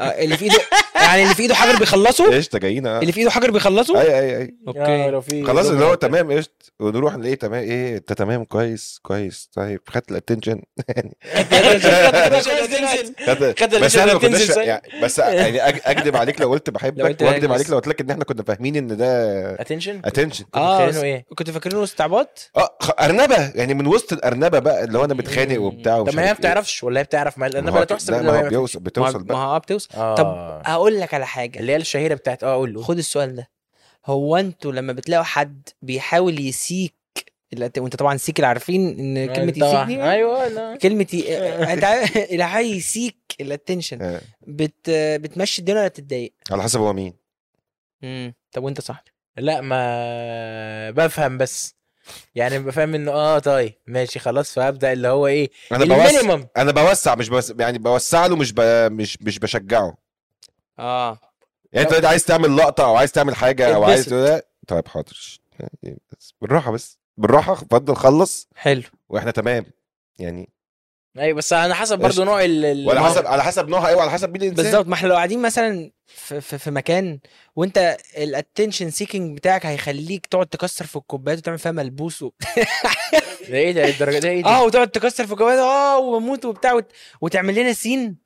آه، اللي في ايده يعني اللي في ايده حجر بيخلصه قشطه جايين آه. اللي في ايده حجر بيخلصه اي اي اي آه، اوكي لو في خلاص طب اللي هو يثبت. تمام قشط ونروح نلاقيه تمام ايه انت تمام كويس كويس طيب خدت الاتنشن خدت بس الاتنشن احنا ما هتنزل كناش ثانية. يعني بس يعني أج- اكذب عليك لو قلت لو بحبك قلت واكذب بس. عليك لو قلت لك ان احنا كنا فاهمين ان ده اتنشن اتنشن اه فاكرينه ايه؟ كنت فاكرينه استعباط اه خ- ارنبه يعني من وسط الارنبه بقى اللي هو انا متخانق وبتاع طب ومش ما هي ما عارف إيه. بتعرفش ولا هي بتعرف ما ما انا هو- بلا تحسب لا، إن ما هي هو ما بيوصل ما بتوصل ما بقى هو بتوصل آه. طب هقول لك على حاجه اللي هي الشهيره بتاعت اه قول له خد السؤال ده هو انتوا لما بتلاقوا حد بيحاول يسيك اللي انت- وانت طبعا سيك اللي عارفين ان كلمه طبعا. يسيك دي ايوه لا كلمه ي... انت عارف- اللي هيسيك الاتنشن آه. بت... بتمشي الدنيا ولا بتتضايق على حسب هو مين امم طب وانت صح لا ما بفهم بس يعني بفهم انه اه طيب ماشي خلاص فابدا اللي هو ايه انا بوسع المينيمم انا بوسع مش بس يعني بوسع له مش ب... مش مش بشجعه اه يعني انت دلوقتي عايز تعمل لقطه او عايز تعمل حاجه او عايز اتبسط. تقول- طيب حاضر بس بالراحه بس بالراحه اتفضل خلص حلو واحنا تمام يعني ايوه بس على حسب برضو قشطة. نوع ال ال- وعلى حسب على حسب نوعها ايوه على حسب مين الانسان بالظبط ما احنا لو قاعدين مثلا في, في, في مكان وانت الاتنشن سيكينج بتاعك هيخليك تقعد تكسر في الكوبايات وتعمل فيها ملبوس و... ده ايه ده الدرجه ده ايه إيه ده آه، اه وتقعد تكسر في الكوبايات اه وبموت وبتاع وت... وتعمل لنا سين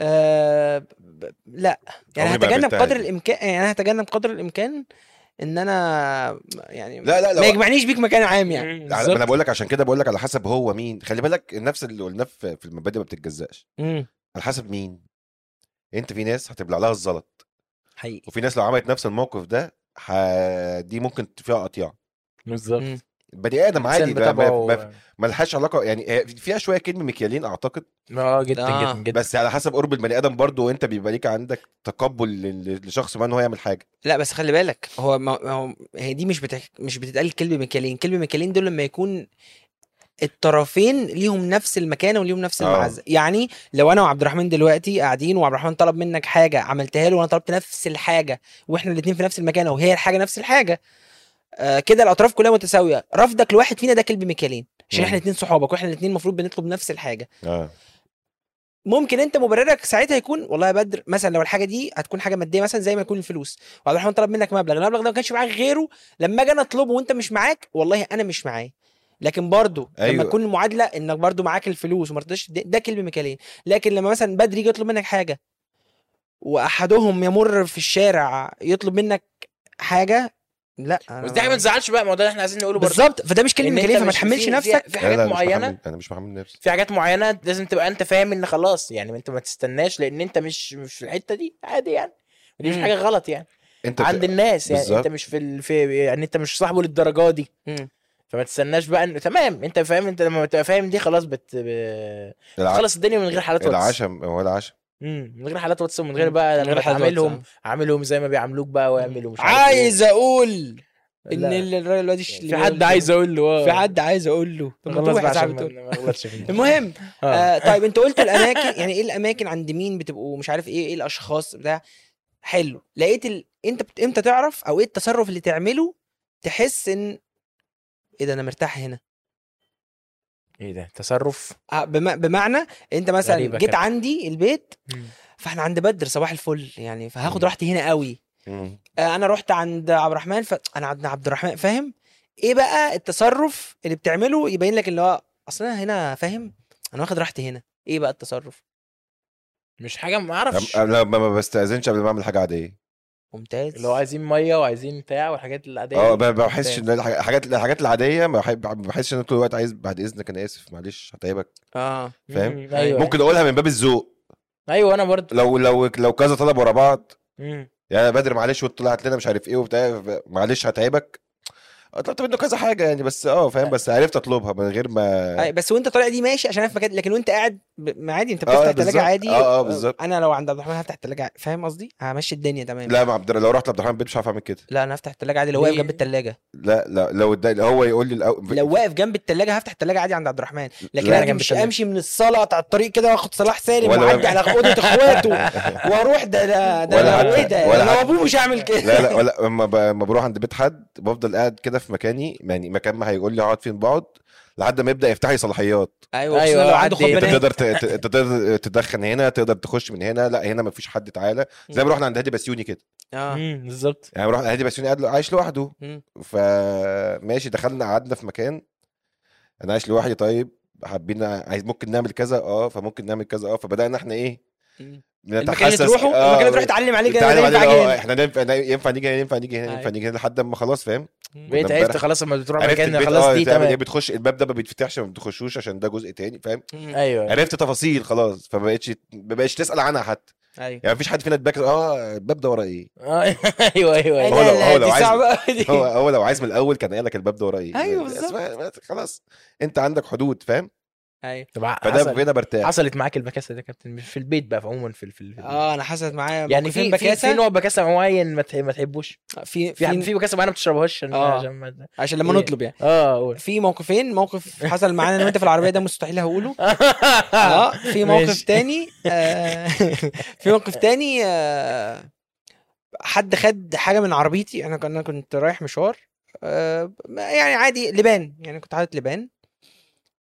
آه... ب- لا يعني عمري ما هتجنب قابلتها قدر دي. الامكان يعني انا هتجنب قدر الامكان ان انا يعني لا لا لو ما يجمعنيش بيك مكان عام يعني مم، على- ما بالظبط. انا بقول لك عشان كده بقول لك على حسب هو مين خلي بالك نفس اللي قلناه في في المبادئ ما بتتجزاش امم على حسب مين انت في ناس هتبلع لها الزلط حقيقي وفي ناس لو عملت نفس الموقف ده ح... دي ممكن فيها قطيعه بالظبط مم. بني ادم عادي إنسان بقى ما- ما- بطبعه- ملهاش علاقه يعني هي فيها شويه كلمه مكيالين اعتقد اه جدا آه. جدا جدا بس على حسب قرب البني ادم برضه وانت بيبقى ليك عندك تقبل لل- لشخص ما ان هو يعمل حاجه لا بس خلي بالك هو ما ما هو هي دي مش بتح... مش بتتقال كلب مكيالين كلب مكيالين دول لما يكون الطرفين ليهم نفس المكانه وليهم نفس آه. المعزه يعني لو انا وعبد الرحمن دلوقتي قاعدين وعبد الرحمن طلب منك حاجه عملتها له وانا طلبت نفس الحاجه واحنا الاثنين في نفس المكانه وهي الحاجه نفس الحاجه آه كده الاطراف كلها متساويه رفضك لواحد فينا ده كلب مكيالين عشان مم. احنا الاثنين صحابك واحنا الاثنين المفروض بنطلب نفس الحاجه اه ممكن انت مبررك ساعتها يكون والله يا بدر مثلا لو الحاجه دي هتكون حاجه ماديه مثلا زي ما يكون الفلوس وعبد الرحمن طلب منك مبلغ المبلغ ده ما كانش معاك غيره لما اجي انا اطلبه وانت مش معاك والله انا مش معاه لكن برضه أيوة. لما أيوة. تكون المعادله انك برضه معاك الفلوس وما رضاش تدي- ده كلمه مكالين لكن لما مثلا بدر يجي يطلب منك حاجه واحدهم يمر في الشارع يطلب منك حاجه لا آه. بس دي حاجه ما تزعلش بقى ما هو ده اللي احنا عايزين نقوله برضه بالظبط فده مش كلمه إن أنت مكالين فما مش- تحملش في- في- نفسك في لا، لا، حاجات مش معينه محمل- انا مش محمل نفسي في حاجات معينه لازم تبقى انت فاهم ان خلاص يعني انت ما تستناش لان انت مش مش في الحته دي عادي يعني ودي مش مم. حاجه غلط يعني انت عند الناس يعني بالظبط. انت مش في, ال... في يعني انت مش صاحبه للدرجه دي مم. فما تستناش بقى ان تمام انت فاهم انت لما تبقى فاهم دي خلاص بت ب... الع... خلص الدنيا من غير حالات واتس العشم هو العشم مم، من غير حالات واتس ومن غير بقى غير لما حد تعاملهم واتساب. عاملهم زي ما بيعاملوك بقى واعملوا مش عارف ايه. عايز اقول ان لا. الراجل الواد في حد عايز اقول له في حد عايز اقول له طب ما آه. خلاص تروح يا بقى صاحبي عشان ما تقول. ما اغلطش فيه. المهم اه. آه طيب انت قلت الاماكن يعني ايه الاماكن عند مين بتبقوا مش عارف ايه ايه الاشخاص بتاع حلو لقيت ال... انت بت... امتى تعرف او ايه التصرف اللي تعمله تحس ان ايه ده انا مرتاح هنا ايه ده تصرف آه، بم... بمعنى انت مثلا غريبة جيت كده. عندي البيت مم. فاحنا عند بدر صباح الفل يعني فهاخد مم. راحتي هنا قوي مم. آه، انا رحت عند عبد الرحمن فانا عند عبد الرحمن فاهم ايه بقى التصرف اللي بتعمله يبين لك اللي هو اصل انا هنا فاهم انا واخد راحتي هنا ايه بقى التصرف مش حاجه ما اعرفش أم- لما ما بستاذنش قبل ما اعمل حاجه عاديه ممتاز اللي هو عايزين ميه وعايزين بتاع والحاجات العاديه اه دي. ما ما بحسش ان الح- الحاجات الحاجات العاديه ما بحب- ما بحسش ان أنا طول الوقت عايز بعد اذنك انا اسف معلش هتعبك اه فاهم مم، ايوه ممكن اقولها من باب الذوق ايوه انا برضه لو لو لو كذا طلب ورا بعض مم. يعني يا بدر معلش وانت طلعت لنا مش عارف ايه وبتاع معلش هتعبك طلبت منه كذا حاجه يعني بس اه فاهم بس عرفت اطلبها من غير ما أي بس وانت طالع دي ماشي عشان انا في مكان لكن وانت قاعد ب... ما عادي انت آه، بتفتح بالظبط. الثلاجه عادي آه، آه، بالظبط. انا لو عند عبد الرحمن هفتح الثلاجه عادي. فاهم قصدي همشي الدنيا تمام لا مع عبد الر- لو رحت لعبد الرحمن البيت مش هعرف اعمل كده لا انا هفتح الثلاجه عادي لو واقف ليه؟ جنب الثلاجه لا لا لو ده هو يقول لي الأول لو واقف جنب الثلاجه هفتح الثلاجه عادي عند عبد الرحمن لكن لا، انا جنب مش التلاجة. امشي من الصاله اقطع الطريق كده واخد صلاح سالم ولا واعدي واقف. على اوضه اخواته واروح ده ده ده ولا لو حتى- ايه ده ولا ده لو حتى- ابوه مش هعمل كده لا لا ولا لما ب- لما بروح عند بيت حد بفضل قاعد كده في مكاني يعني مكان ما هيقول لي اقعد فين بقعد لحد ما يبدا يفتح لي صلاحيات ايوه أيوة، ايوه لو عنده عدي. خد انت بنات تقدر ت- ت- أنت تقدر تدخن هنا تقدر تخش من هنا لا هنا مفيش حد تعالى زي ما رحنا عند هادي بسيوني كده اه مم، بالظبط يعني رحنا هادي بسيوني قاعد له- عايش لوحده مم. فماشي دخلنا قعدنا في مكان انا عايش لوحدي طيب حابين عايز ممكن نعمل كذا اه فممكن نعمل كذا اه فبدانا احنا ايه مم. المكان اللي نتحسس تروحه آه، المكان اللي تروح تعلم عليه كده ده تعالى بعدين، ينفع آه، جدا. احنا ننفع ينفع نيجي هنا ينفع نيجي هنا ينفع أيوة. نيجي هنا لحد ما خلاص فاهم بقيت ده عرفت امبارح. خلاص لما بتروح عرفت مكان البيت خلاص اه دي تعمل ايه تمام بتخش الباب ده ما بيتفتحش ما بتخشوش عشان ده جزء تاني فاهم مم. ايوه عرفت تفاصيل خلاص فما بقتش ما بقتش تسال عنها حتى ايوه يعني مفيش حد فينا اتبكر اه الباب ده ورا ايه آه، ايوه ايوه هو ايوه لو- هو لا، لو دي عايز- صعبة دي. هو هو لو عايز من الاول كان قال لك الباب ده ورا ايه أيوة بس بالظبط. ما- خلاص انت عندك حدود فاهم ايوه طبعا فده حصل- فينا برتاح حصلت معاك البكاسه دي يا كابتن مش في البيت بقى عموما في ال- في ال- اه انا حصلت معايا يعني في في, في نوع بكاسه معين ما تح- ما تحبوش في في في في بكاسه معينه ما بتشربهاش عشان- آه. عشان ما- عشان لما إيه؟ نطلب يعني اه قول في موقفين موقف حصل معانا انا وانت في العربيه ده مستحيل هقوله اه في موقف ماشي. تاني آه في موقف تاني آه حد خد حاجه من عربيتي انا كنا كنت رايح مشوار آه يعني عادي لبان يعني كنت حاطط لبان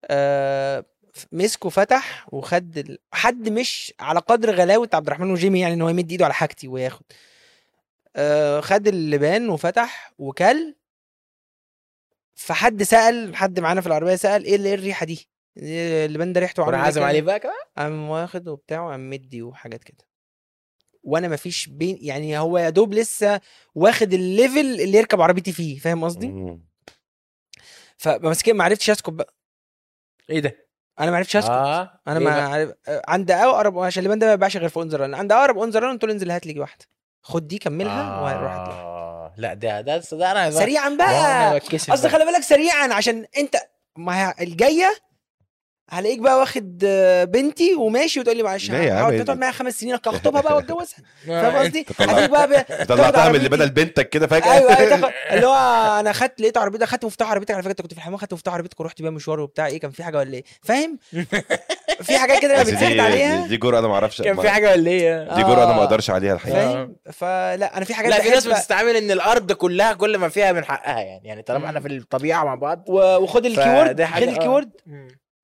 آه مسك وفتح وخد ال... حد مش على قدر غلاوه عبد الرحمن وجيمي يعني ان هو يمد ايده على حاجتي وياخد آه خد اللبان وفتح وكل فحد سال حد معانا في العربيه سال ايه اللي إيه الريحه دي إيه اللبان ده ريحته وانا عامل إيه عازم كده؟ عليه بقى كمان قام واخد وبتاع وقام مدي وحاجات كده وانا مفيش بين يعني هو يا دوب لسه واخد الليفل اللي يركب عربيتي فيه فاهم قصدي مم. فمسكين ما عرفتش اسكت بقى إيه ايه ده؟ انا ما عرفتش اسكت اه انا إيه ما بقى؟ عارف آه، عند اقرب عشان اللبان ده ما بيبيعش غير في انزران عند اقرب انزران قلت له انزل هات لي واحده خد دي كملها آه. وهروح هات لك. آه لا ده ده ده انا سريعا انا بقى بتكسف اصل بقى. خلي بالك سريعا عشان انت ما هي الجايه هلاقيك بقى واخد آه، بنتي وماشي وتقول لي معلش لا يا هقعد عم. تقعد معايا خمس سنين اخطبها بقى واتجوزها فاهم آه. قصدي؟ تطلع- هتيجي بقى ب- تاخد طلعتها من عربيتي. اللي بدل بنتك كده فجاه ايوه ايوه تاخد- اللي هو انا خدت لقيت عربيتك خدت مفتاح عربيتك على فكره انت كنت في الحمام خدت مفتاح عربيتك ورحت بيها مشوار وبتاع ايه كان في حاجه ولا ايه؟ فاهم؟ في حاجات كده انا بس دي- بتساعد عليها دي- دي جرأة انا ما اعرفش كان ما- في حاجه ولا ايه؟ دي جرأة انا ما آه. اقدرش عليها الحقيقه فاهم؟ فلا انا في حاجات لا في ناس بحب- بتستعمل ان الارض كلها كل ما فيها من حقها يعني يعني طالما احنا في الطبيعه مع بعض و- وخد الكيورد فده خد حاجة- آه. الكيورد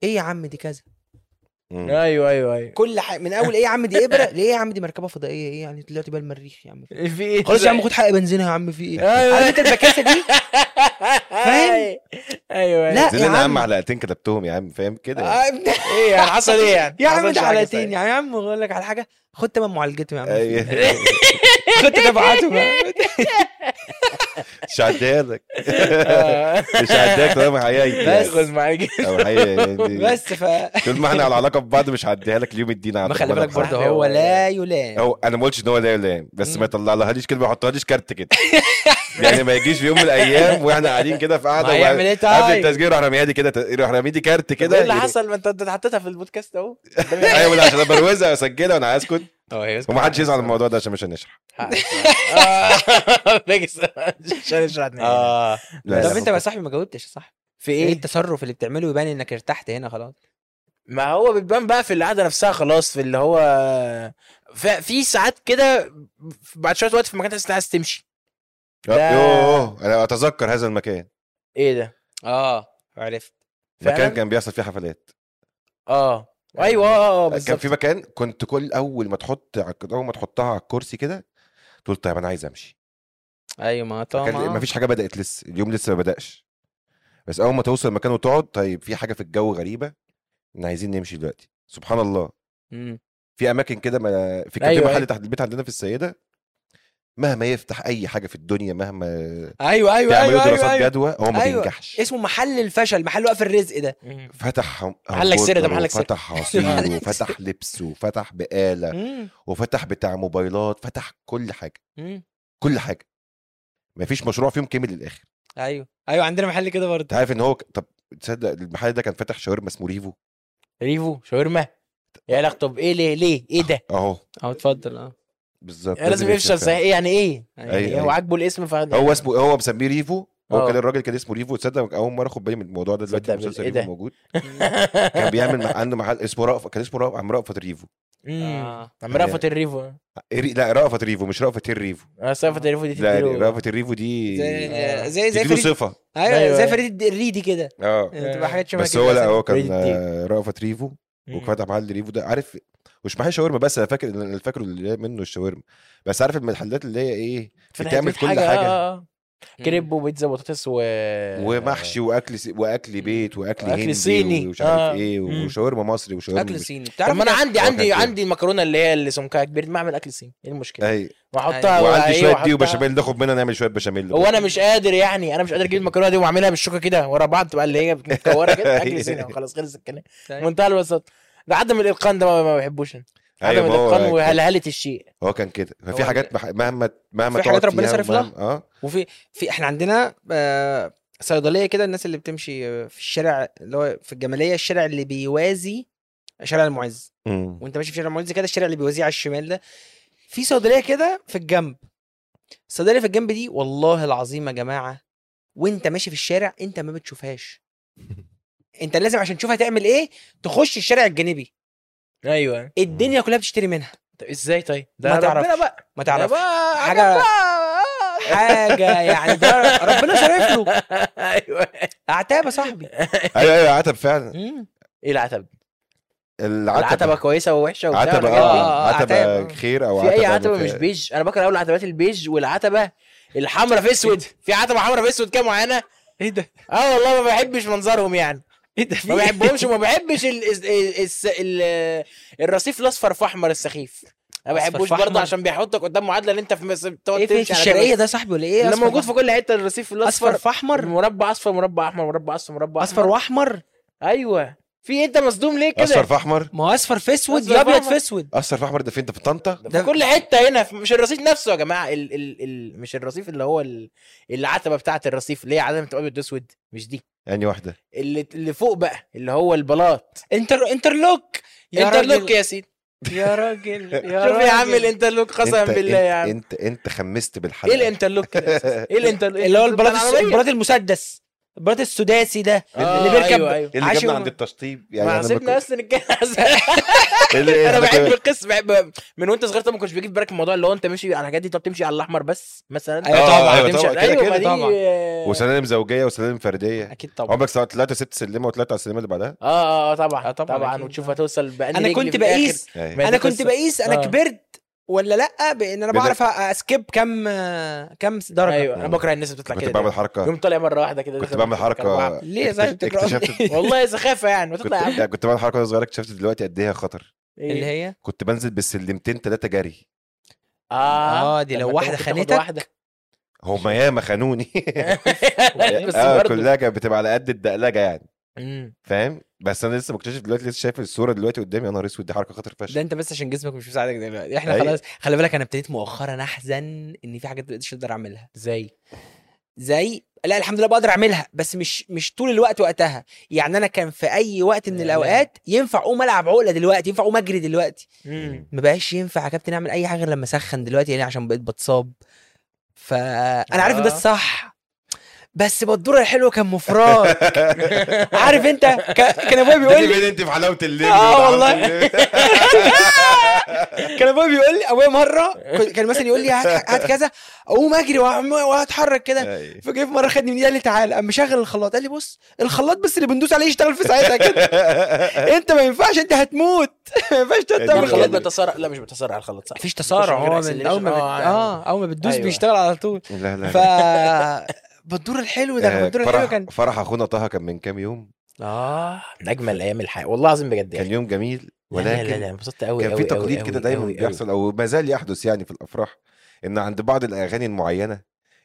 ايه يا عم دي كذا مم. آه. أيوه، ايوه ايوه ايوه كل حاجه من اول ايه يا عم دي ابره ليه يا عم دي مركبه فضائيه ايه يعني طلعت بقى المريخ يا عم في ايه خلاص يا عم خد حق بنزينها يا عم في ايه؟ ايوه عارف انت البكاسه دي؟ فاهم؟ ايوه لا دي يا اللي انا عم عم حلقتين كتبتهم يا عم فاهم كده يعني. آه، ايه يعني حصل ايه يعني؟ يا حصل عم ده حاجة حالتين تانية. يا عم اقول لك على حاجه خد تمام معالجته يا عم طيب. أيوة. طيب. خد تبعاته بقى مش هعديها لك آه. مش هعديها لك طالما يعني. حقيقي بس. خد معاك او حقيقي بس ف يعني. طول ما احنا على علاقه ببعض مش هعديها لك اليوم الدين ما خلي بالك برضه بصراحة هو هو- لا يلام هو انا ما قلتش ان هو لا يلام بس مم. ما يطلع لهاليش كلمه يحطهاليش كارت كده يعني ما يجيش في يوم من الايام واحنا قاعدين كده في قعده ما يعمل وقبل ايه طيب إيه التسجيل راح راميها دي كده راح رامي دي كارت كده كده ايه اللي يعني- حصل ما انت انت حطيتها في البودكاست اهو ايوه لا، عشان ابروزها واسجلها وانا اسكت اه ومحدش يزعل من الموضوع ده عشان مش هنشرح فاكس عشان اشرح اه اه لا، لا، طب انت ممكن. إيه؟ يا صاحبي ما جاوبتش يا صاحبي في ايه ايه؟ التصرف اللي بتعمله يبان انك ارتحت هنا خلاص ما هو بتبان بقى في القعده نفسها خلاص في اللي هو ف- في ساعات كده بعد شويه وقت في مكان تحس إنك عايز تمشي لا. يوه انا اتذكر هذا المكان ايه ده؟ اه عرفت مكان فعلاً؟ كان بيحصل فيه حفلات اه ايوه آه، اه كان بالظبط في مكان كنت كل اول ما تحط اول ما تحطها على الكرسي كده تقول طيب انا عايز امشي أيوة، ايوه ما كان طبعا مفيش حاجه بدات لسه اليوم لسه ما بداش بس اول ما توصل المكان وتقعد طيب في حاجه في الجو غريبه احنا عايزين نمشي دلوقتي سبحان الله مم. أيوه، في اماكن كده ما في كان في أيوة، محل أيوة. تحت البيت عندنا في السيده مهما يفتح اي حاجه في الدنيا مهما ايوه أيوة، ايوه تعملوا ايوه دراسات ايوه, أيوه. جدوى هو ما أيوة. بينجحش اسمه محل الفشل محل وقف الرزق ده فتح هم- محلك سر ده، همبرجر محلك سر. وفتح عصير وفتح لبس وفتح بقاله مم. وفتح بتاع موبايلات فتح كل حاجه مم. كل حاجه مفيش مشروع فيهم كامل للاخر ايوه ايوه عندنا محل كده انت برضه عارف ان هو ك- طب تصدق المحل ده كان فاتح شاورما اسمه ريفو ريفو شاورما يا لك طب ايه ليه ليه ايه ده؟ اهو اه اتفضل اه بالظبط يعني لازم يفشل صحيح ايه يعني ايه؟ أيوة، يعني هو أيوة. عاجبه الاسم فعلا هو اسمه هو مسميه ريفو هو آه. كان الراجل كان اسمه ريفو تصدق اول مره اخد بالي من الموضوع ده دلوقتي تصدق بال- المسلسل إيه ريفو ده؟ موجود كان بيعمل مح- عنده محل اسمه رأفت كان اسمه رأفت عم رأفت ريفو أيوة. آه. عم رأفت الريفو إيه- لا رأفت ريفو مش رأفت الريفو اه صفة الريفو دي آه. لا تديله رأفت الريفو دي زي آه. زي زي دي له فريد صفه ايوه أيوة، زي أيوة. فريد الريدي كده يعني اه تبقى حاجات شبه بس كده هو لا مثلاً. هو كان ريد تيب. آه، رأفت ريفو وفتح محل ريفو ده عارف مش محل شاورما بس انا فاكر اللي فاكره اللي هي منه الشاورما بس عارف المحلات اللي هي ايه بتعمل كل حاجة. آه. كريب وبيتزا وبطاطس و ومحشي واكل س... واكل بيت واكل أكل هندي صيني. ومش عارف آه. ايه مم. وشاورما مصري وشاورما اكل مش- صيني طب تعرف ما انا عندي هو كان عندي كده. عندي المكرونه اللي هي اللي سمكها كبير دي ما اعمل اكل صيني ايه المشكله ايوه واحطها وعندي وإيه شويه وأحطها- دي وبشاميل ناخد منها نعمل شويه بشاميل أيوة هو انا مش قادر يعني انا مش قادر اجيب المكرونه دي واعملها بالشوكه كده ورا بعض تبقى اللي هي مكوره كده اكل صيني خلاص خلص الكلام طيب. منتهى البساطه ده عدم الاتقان ده ما ما بحبوش أنا. عدم أيوة، ما هو الاتقان كده. وهلهله الشيء هو كان كده ففي هو حاجات مح... مهما مهما في حاجات تقعد ربنا فيها صرف لها. ومهما- اه وفي في احنا عندنا آه، صيدليه كده الناس اللي بتمشي آه، في الشارع اللي هو في الجماليه الشارع اللي بيوازي شارع المعز مم. وانت ماشي في شارع المعز كده الشارع اللي بيوازيه على الشمال ده في صيدليه كده في الجنب الصيدليه في الجنب دي والله العظيم يا جماعه وانت ماشي في الشارع انت ما بتشوفهاش انت لازم عشان تشوفها تعمل ايه تخش الشارع الجانبي ايوه الدنيا كلها بتشتري منها طب ازاي طيب ما ده ربنا تعرفش. بقى ما ده تعرفش بقى حاجة- حاجه يعني ده ربنا شرف له ايوه عتاب يا صاحبي ايوه ايوه عتب فعلا مم. ايه العتب العتبه العتبه كويسه ووحشه وبتاع آه، عتبه والحاجات دي. اه عتبه عتبة. خير او في اي عتبه آه، عتبة مش بخ- بيج انا بكره قوي العتبات البيج والعتبه الحمرا في اسود في عتبه حمرا في اسود كده معينه ايه ده؟ اه والله ما بحبش منظرهم يعني ايه ده ما بحبهمش وما بحبش ال... ال... ال... ال... الرصيف الاصفر في احمر السخيف ما أصفر بحبوش في أحمر؟ برضه عشان بيحطك قدام معادله ان انت في مصر بتقعد ايه في تمشي على الشرقيه ده صاحبي ولا ايه؟ جبل. لا أصفر موجود في وأحمر؟ كل حته الرصيف اصفر الاصفر في احمر مربع اصفر مربع احمر مربع اصفر مربع اصفر أحمر. واحمر ايوه في انت مصدوم ليه اصفر كده في احمر ما هو اصفر في اسود أصفر يا في ابيض أحمر. في اسود اصفر في احمر ده فين ده في طنطا ده في كل حته هنا في- مش الرصيف نفسه يا جماعه ال ال ال مش الرصيف اللي هو ال- العتبه بتاعه الرصيف اللي هي عتبه ابيض واسود مش دي يعني واحده اللي اللي فوق بقى اللي هو البلاط انتر انترلوك يا انترلوك راجل يا سيدي يا راجل يا شوف راجل يا عم الانترلوك قسما انت- بالله يعني. يا عم انت انت خمست ايه بالحلقه الانترلوك كده يا أستاذ؟ ايه الانترلوك اللي هو البلاط الس- العربية. البلاط المسدس البلاط السداسي ده آه، اللي بيركب ايوه ايوه إيه اللي عاشق جابنا وما- عند التشطيب يعني ما انا ما سيبنا كنت- اصلا الجهاز إيه اللي- انا إحنا بحب كنا- القصه بحب من وانت صغير طب ما كنتش بيجي في بالك الموضوع اللي هو انت ماشي على الحاجات دي طب تمشي على الاحمر بس مثلا أيوة آه، طبعاً، ايوه هتمشي طبعا على- كده أيوة، كده ما دي- طبعاً. وسلالم زوجيه وسلالم فرديه اكيد طبعا عمرك سواء طلعت ست سلمه وطلعت على السلمه اللي بعدها اه اه آه، طبعا آه، طبعاً، طبعا, طبعا أكيد. وتشوف هتوصل بأنهي انا رجل كنت في الآخر. بقيس أيوة. ما انا دي كنت قصة. بقيس انا آه. كبرت ولا لا بان انا بدأ- بعرف اسكيب كام كام درجه ايوه انا بكره الناس اللي بتطلع كنت كده بعمل دايماً. حركه يوم طالع مره واحده كده كنت داخل بعمل مرة كده. حركه ليه يا صاحبي اكتشفت- بتجرأ؟ اكتشفت- والله سخافه يعني طيب، ما كنت تطلع يا عم كنت بعمل حركه وانا صغير اكتشفت دلوقتي قد ايه هي خطر اللي هي كنت بنزل بالسلمتين ثلاثه جري اه آه، دي طب لو ما أنت واحدة ممكن تاخد خانتك. واحدة. هما ياما خانوني بس اه برضه. كلها كانت بتبقى على قد الدقلجه يعني مم. فاهم بس انا لسه مكتشف دلوقتي لسه شايف الصوره دلوقتي قدامي يا نهار اسود دي حركه خطر ده فشخ انت بس عشان جسمك مش مساعدك دلوقتي احنا أيوة. خلاص خلي بالك انا ابتديت مؤخرا احزن ان في حاجات ما بقتش اقدر اعملها زي زي لا الحمد لله بقدر اعملها بس مش مش طول الوقت وقتها يعني انا كان في اي وقت من لا. الاوقات ينفع اقوم العب عقله دلوقتي ينفع اقوم اجري دلوقتي مم. ما بقاش ينفع يا كابتن اعمل اي حاجه غير لما اسخن دلوقتي يعني عشان بقيت بتصاب فانا عارف ان ده آه. الصح بس بدوره الحلوه كان مفرط يعني. عارف انت ك- كان ابويا بيقول لي بين انت في حلاوه الليل آه وده والله. عملت الليل. كان ابويا بيقول لي ابويا مره كنت- كان مثلا يقول لي هات هات كذا اقوم اجري وأعم- واتحرك كده أيوة. فجاه في مره خدني من ايدي قال لي تعالى قام مشغل الخلاط قال لي بص الخلاط بس اللي بندوس عليه يشتغل في ساعتها كده انت ما ينفعش انت هتموت ما ينفعش انت يعني تعمل الخلاط الخلاط خلاط بقى- بيتسارع لا مش بيتسارع الخلاط صح مفيش تسارع، هو من أول ما بت- اه اول ما بتدوس أيوة. بيشتغل على طول لا لا ف بتدور الحلو ده آه، بتدور الحلو فرح كان فرح اخونا طه كان من كام يوم اه من اجمل ايام الحياه والله العظيم بجد كان يعني يوم جميل لا لا لا ولكن لا انبسطت قوي كان في تقليد كده دايما بيحصل او ما زال يحدث يعني في الافراح ان عند بعض الاغاني المعينه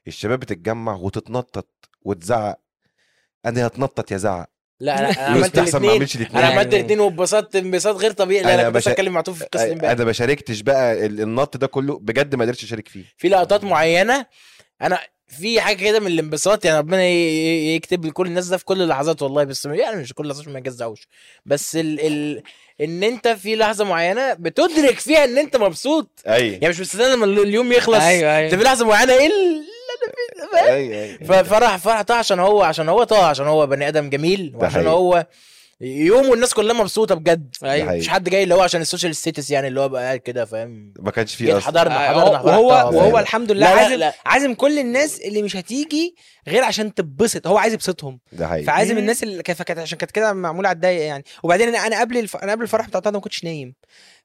الشباب بتتجمع وتتنطط وتزعق انا هتنطط يا زعق لا انا أنا عملت ويستحسن ما الاثنين اعملش الاتنين انا عملت يعني. الاثنين واتبسطت انبساط غير طبيعي لا أنا انا كنت بشا- لسه اتكلم مع توفيق في القصه امبارح انا ما شاركتش بقى ال- النط ده كله بجد ما قدرتش اشارك فيه في لقطات معينه انا في حاجه كده من الانبساط يعني ربنا ي- ي- يكتب لكل الناس ده في كل اللحظات والله بس يعني مش كل اللحظات عشان ما يجزعوش بس ال ال ان انت في لحظه معينه بتدرك فيها ان انت مبسوط اي يعني مش مستني لما اليوم يخلص ايوه انت ايوه في لحظه معينه ايه اللي انا فيه ده؟ اي ففرح فرح طه عشان هو عشان هو طه عشان هو بني ادم جميل وعشان حقيقي. هو يوم والناس كلها مبسوطه بجد حقيقي. مش حد جاي اللي هو عشان السوشيال ستيتس يعني اللي هو بقى قاعد كده فاهم ما كانش فيه جيت اصلا حضرنا حضرنا آه، حضرنا وهو طه. وهو الحمد لله لا، لا، عازم لا. عازم كل الناس اللي مش هتيجي غير عشان تتبسط هو عايز يبسطهم ده حقيقي فعازم مم. الناس اللي كانت فكانت عشان كانت كده معموله على الضيق يعني وبعدين انا انا قبل الف... انا قبل الفرح بتاع طنطا ما كنتش نايم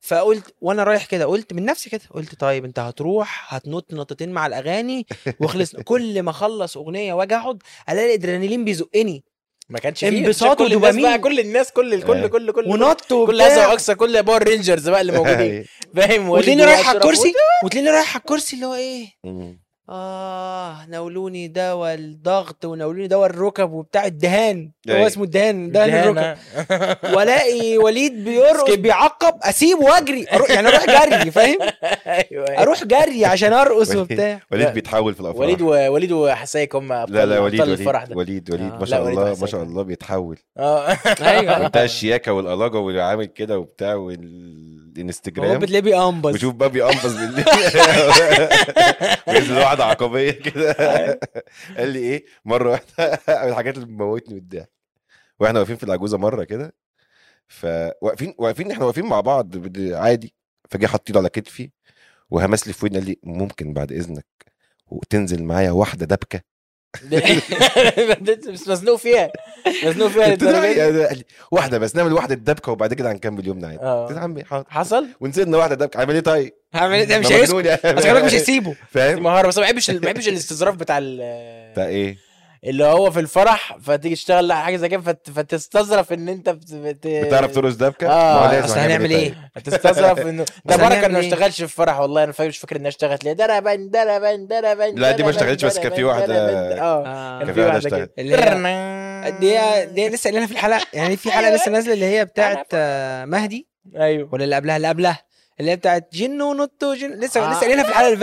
فقلت وانا رايح كده قلت من نفسي كده قلت طيب انت هتروح هتنط نطتين مع الاغاني وخلصنا كل ما اخلص اغنيه واجي اقعد الاقي الادرينالين بيزقني ما كانش فيه انبساط كل الناس ودوبامين. بقى كل الناس كل آه. الكل كل كل ونط كل وبتاع. هذا واقصى كل باور رينجرز بقى اللي موجودين فاهم وتلاقيني وليد رايح على وأشرف الكرسي و- وتلاقيني رايح على الكرسي اللي هو ايه مم. اه ناولوني دواء الضغط وناولوني دواء الركب وبتاع الدهان هو أيوة. اسمه الدهان آه. دهان الركب الركب والاقي وليد بيرقص بيعقب اسيبه واجري أروح يعني اروح جري فاهم ايوه اروح جري عشان ارقص وبتاع وليد لا. بيتحول في الافراح وليد و... وليد وحسايك هم لا لا وليد ابطال وليد الفرح ده وليد وليد آه. ما لا، شاء وليد الله ما وحسين. شاء الله بيتحول اه ايوه بتاع الشياكه والالاجه وعامل كده وبتاع والانستجرام هو بتلاقيه بيأنبز وشوف بقى بيقنبص بالليل وينزل واحده عقبيه كده قال لي ايه مره واحده من الحاجات اللي بتموتني من الضحك واحنا واقفين في العجوزه مره كده فواقفين واقفين احنا واقفين مع بعض بد- عادي فجاه حاطينه على كتفي وهمس لي في ودني قال لي ممكن بعد اذنك وتنزل معايا واحده دبكه بس مزنوق فيها مزنوق فيها قلت له للدرجه دي. إيه؟ قال لي واحده بس نعمل واحده دبكه وبعد كده هنكمل يومنا عادي آه. قلت له يا عمي حاضر حصل ونزلنا واحده دبكه عامل ايه طيب؟ هعمل ايه ده مش ما هيسكت مجنون يا عم. بس خلي بالك مش هيسيبه فاهم؟ مهاره بس ما بحبش ما بحبش الاستظراف بتاع ال- بتاع ايه؟ اللي هو في الفرح فتيجي تشتغل على حاجه زي كده فت- فتستظرف ان انت بت... بت... بتعرف ترقص دبكه؟ آه، ما هو لازم اصل هنعمل إيه؟ ايه تستظرف انه بس ده بركه هنعمل انه ما إيه؟ اشتغلش في فرح والله انا فاكر مش فاكر انها اشتغلت ليه دربن دربن دربن لا، دي ما دربن، اشتغلتش، بس كان في دربن، واحدة- دربن. اه آه. كان في كان في واحده واحدة كده اللي هي دي دي لسه قايلينها في الحلقه يعني في حلقه لسه نازله اللي هي بتاعت آه، مهدي ايوه ولا اللي قبلها اللي قبلها اللي هي بتاعت جن ونوتو جن لسه آه. لسه قايلينها في الحلقه اللي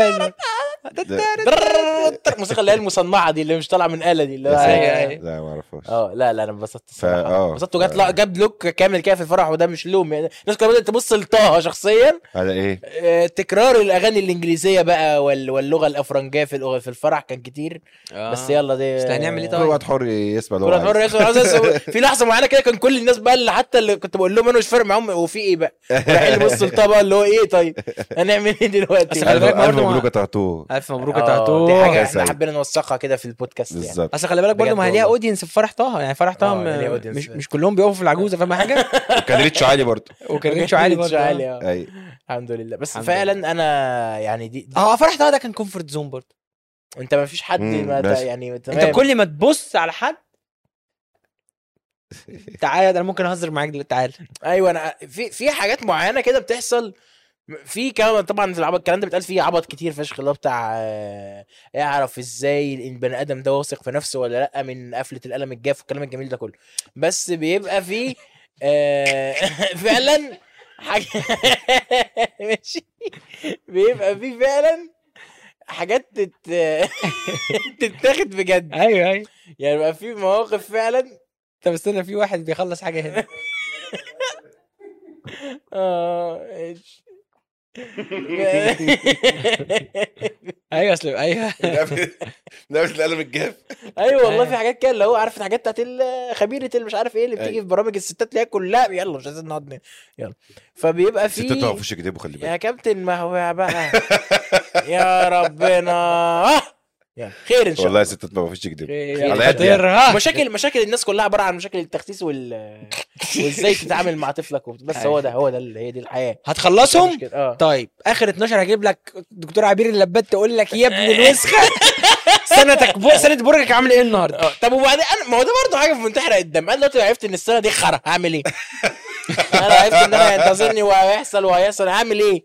فاتت دررررررر. الموسيقى اللي هي المصنعه دي اللي مش طالعه من آلة دي اللي هو- أيوه، أيوه. لا ما اعرفهاش اه لا لا انا انبسطت فا- آه. الصراحه انبسطت وجات لا- جاب لوك كامل كده في الفرح وده مش لوم يعني الناس كانت بدات تبص لطه شخصيا على ايه؟ آه، تكرار الاغاني الانجليزيه بقى وال- واللغه الافرنجيه في الأغ- في الفرح كان كتير بس يلا دي آه. بس هنعمل ايه كل طيب؟ واحد حر يسمع اللي هو كل عايزه. حر ياكل في لحظه معينه كده كان كل الناس بقى اللي حتى اللي كنت بقول لهم انا مش فارق معاهم هو في ايه بقى راح اللي بص لطه بقى اللي هو ايه طيب هنعمل ايه دلوقتي أصل خلي ألف- بالك ألف برضه مبروك يا تعتوه الف مبروك يا آه، تعتوه دي حاجه يا احنا سيد. حبينا نوثقها كده في البودكاست يعني بالظبط اصل خلي بالك بجد برضه ما هي ليها والله. اودينس في فرح طه يعني فرح طه آه، م- ليها audience. مش مش كلهم بيقفوا في العجوزه فاهم حاجه وكان ريتش عالي برضه وكان ريتش عالي برضه عالي آه. آه. اي الحمد لله بس الحمد فعلا انا يعني دي, دي اه فرح طه ده كان كومفورت زون برضه انت ما فيش حد مم، ما بس. يعني تمام انت كل ما تبص على حد تعالى ده انا ممكن اهزر معاك دلوقتي تعالى ايوه انا في في حاجات معينه كده بتحصل في كلام طبعا في العبط الكلام ده بيتقال فيه عبط كتير فشخ اللي هو بتاع آه، اعرف ازاي البني ادم ده واثق في نفسه ولا لا من قفله القلم الجاف والكلام الجميل ده كله بس بيبقى فيه آه، فعلا حاجه ماشي بيبقى فيه فعلا حاجات تت... تتاخد بجد ايوه ايوه يعني بيبقى فيه مواقف فعلا طب استنى في واحد بيخلص حاجه هنا اه إيش. ايوه اصل أيوة. ايوه نفس القلم الجاف ايوه والله آه. أيوه. في حاجات كده اللي هو عارف الحاجات بتاعت ال- خبيره اللي مش عارف ايه اللي بتيجي أيوه. في برامج الستات اللي هي كلها يلا مش عايزين نقعد ن- يلا فبيبقى في ستات ما في وشك يكدبوا خلي بالك يا كابتن ما هو بقى يا ربنا آه. يلا خير ان شاء الله والله ستات ما فيش يكدبوا على على قد يعني. مشاكل مشاكل الناس كلها عباره عن مشاكل التخسيس وال وازاي تتعامل مع طفلك وبت- بس هو ده هو ده اللي هي دي الحياه هتخلصهم مشكلة- اه طيب اخر 12 هجيب لك دكتور عبير اللبات تقول لك يا ابن الوسخه سنتك بو... سنه برجك عامله ايه النهارده اه طب وبعدين انا ما هو ده برضه حاجه في منتهى حرق الدم انا دلوقتي عرفت ان السنه دي خرا هعمل ايه؟ انا عرفت ان انا هينتظرني وهيحصل وهيحصل هعمل ايه؟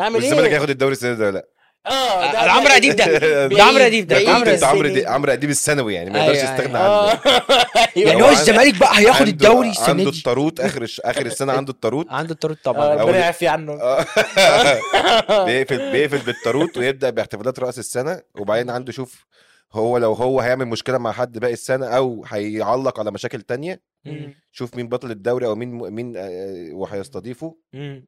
هعمل والزمالك ايه؟ هياخد الدوري السنه دي ولا لا اه ده عمرو اديب ده بعيد- ده عمرو اديب بعيد ده عمرو انت اديب عمرو السنين. دي- عمرو اديب الثانوي يعني ما أيوة، يقدرش أيوة. يستغنى اه عنه يعني يعني هو عنده- الزمالك بقى هياخد عنده- الدوري عنده السنه دي الطاروت اخر اخر السنه عنده الطاروت عنده الطرود اه، طبعا آه. ربنا يعفي عنه آه. بيقفل بيقفل بالطاروت ويبدا باحتفالات راس السنه وبعدين عنده شوف هو لو هو هيعمل مشكله مع حد باقي السنه او هيعلق على مشاكل تانية مم. شوف مين بطل الدوري او مين مين آه، وهيستضيفه مم.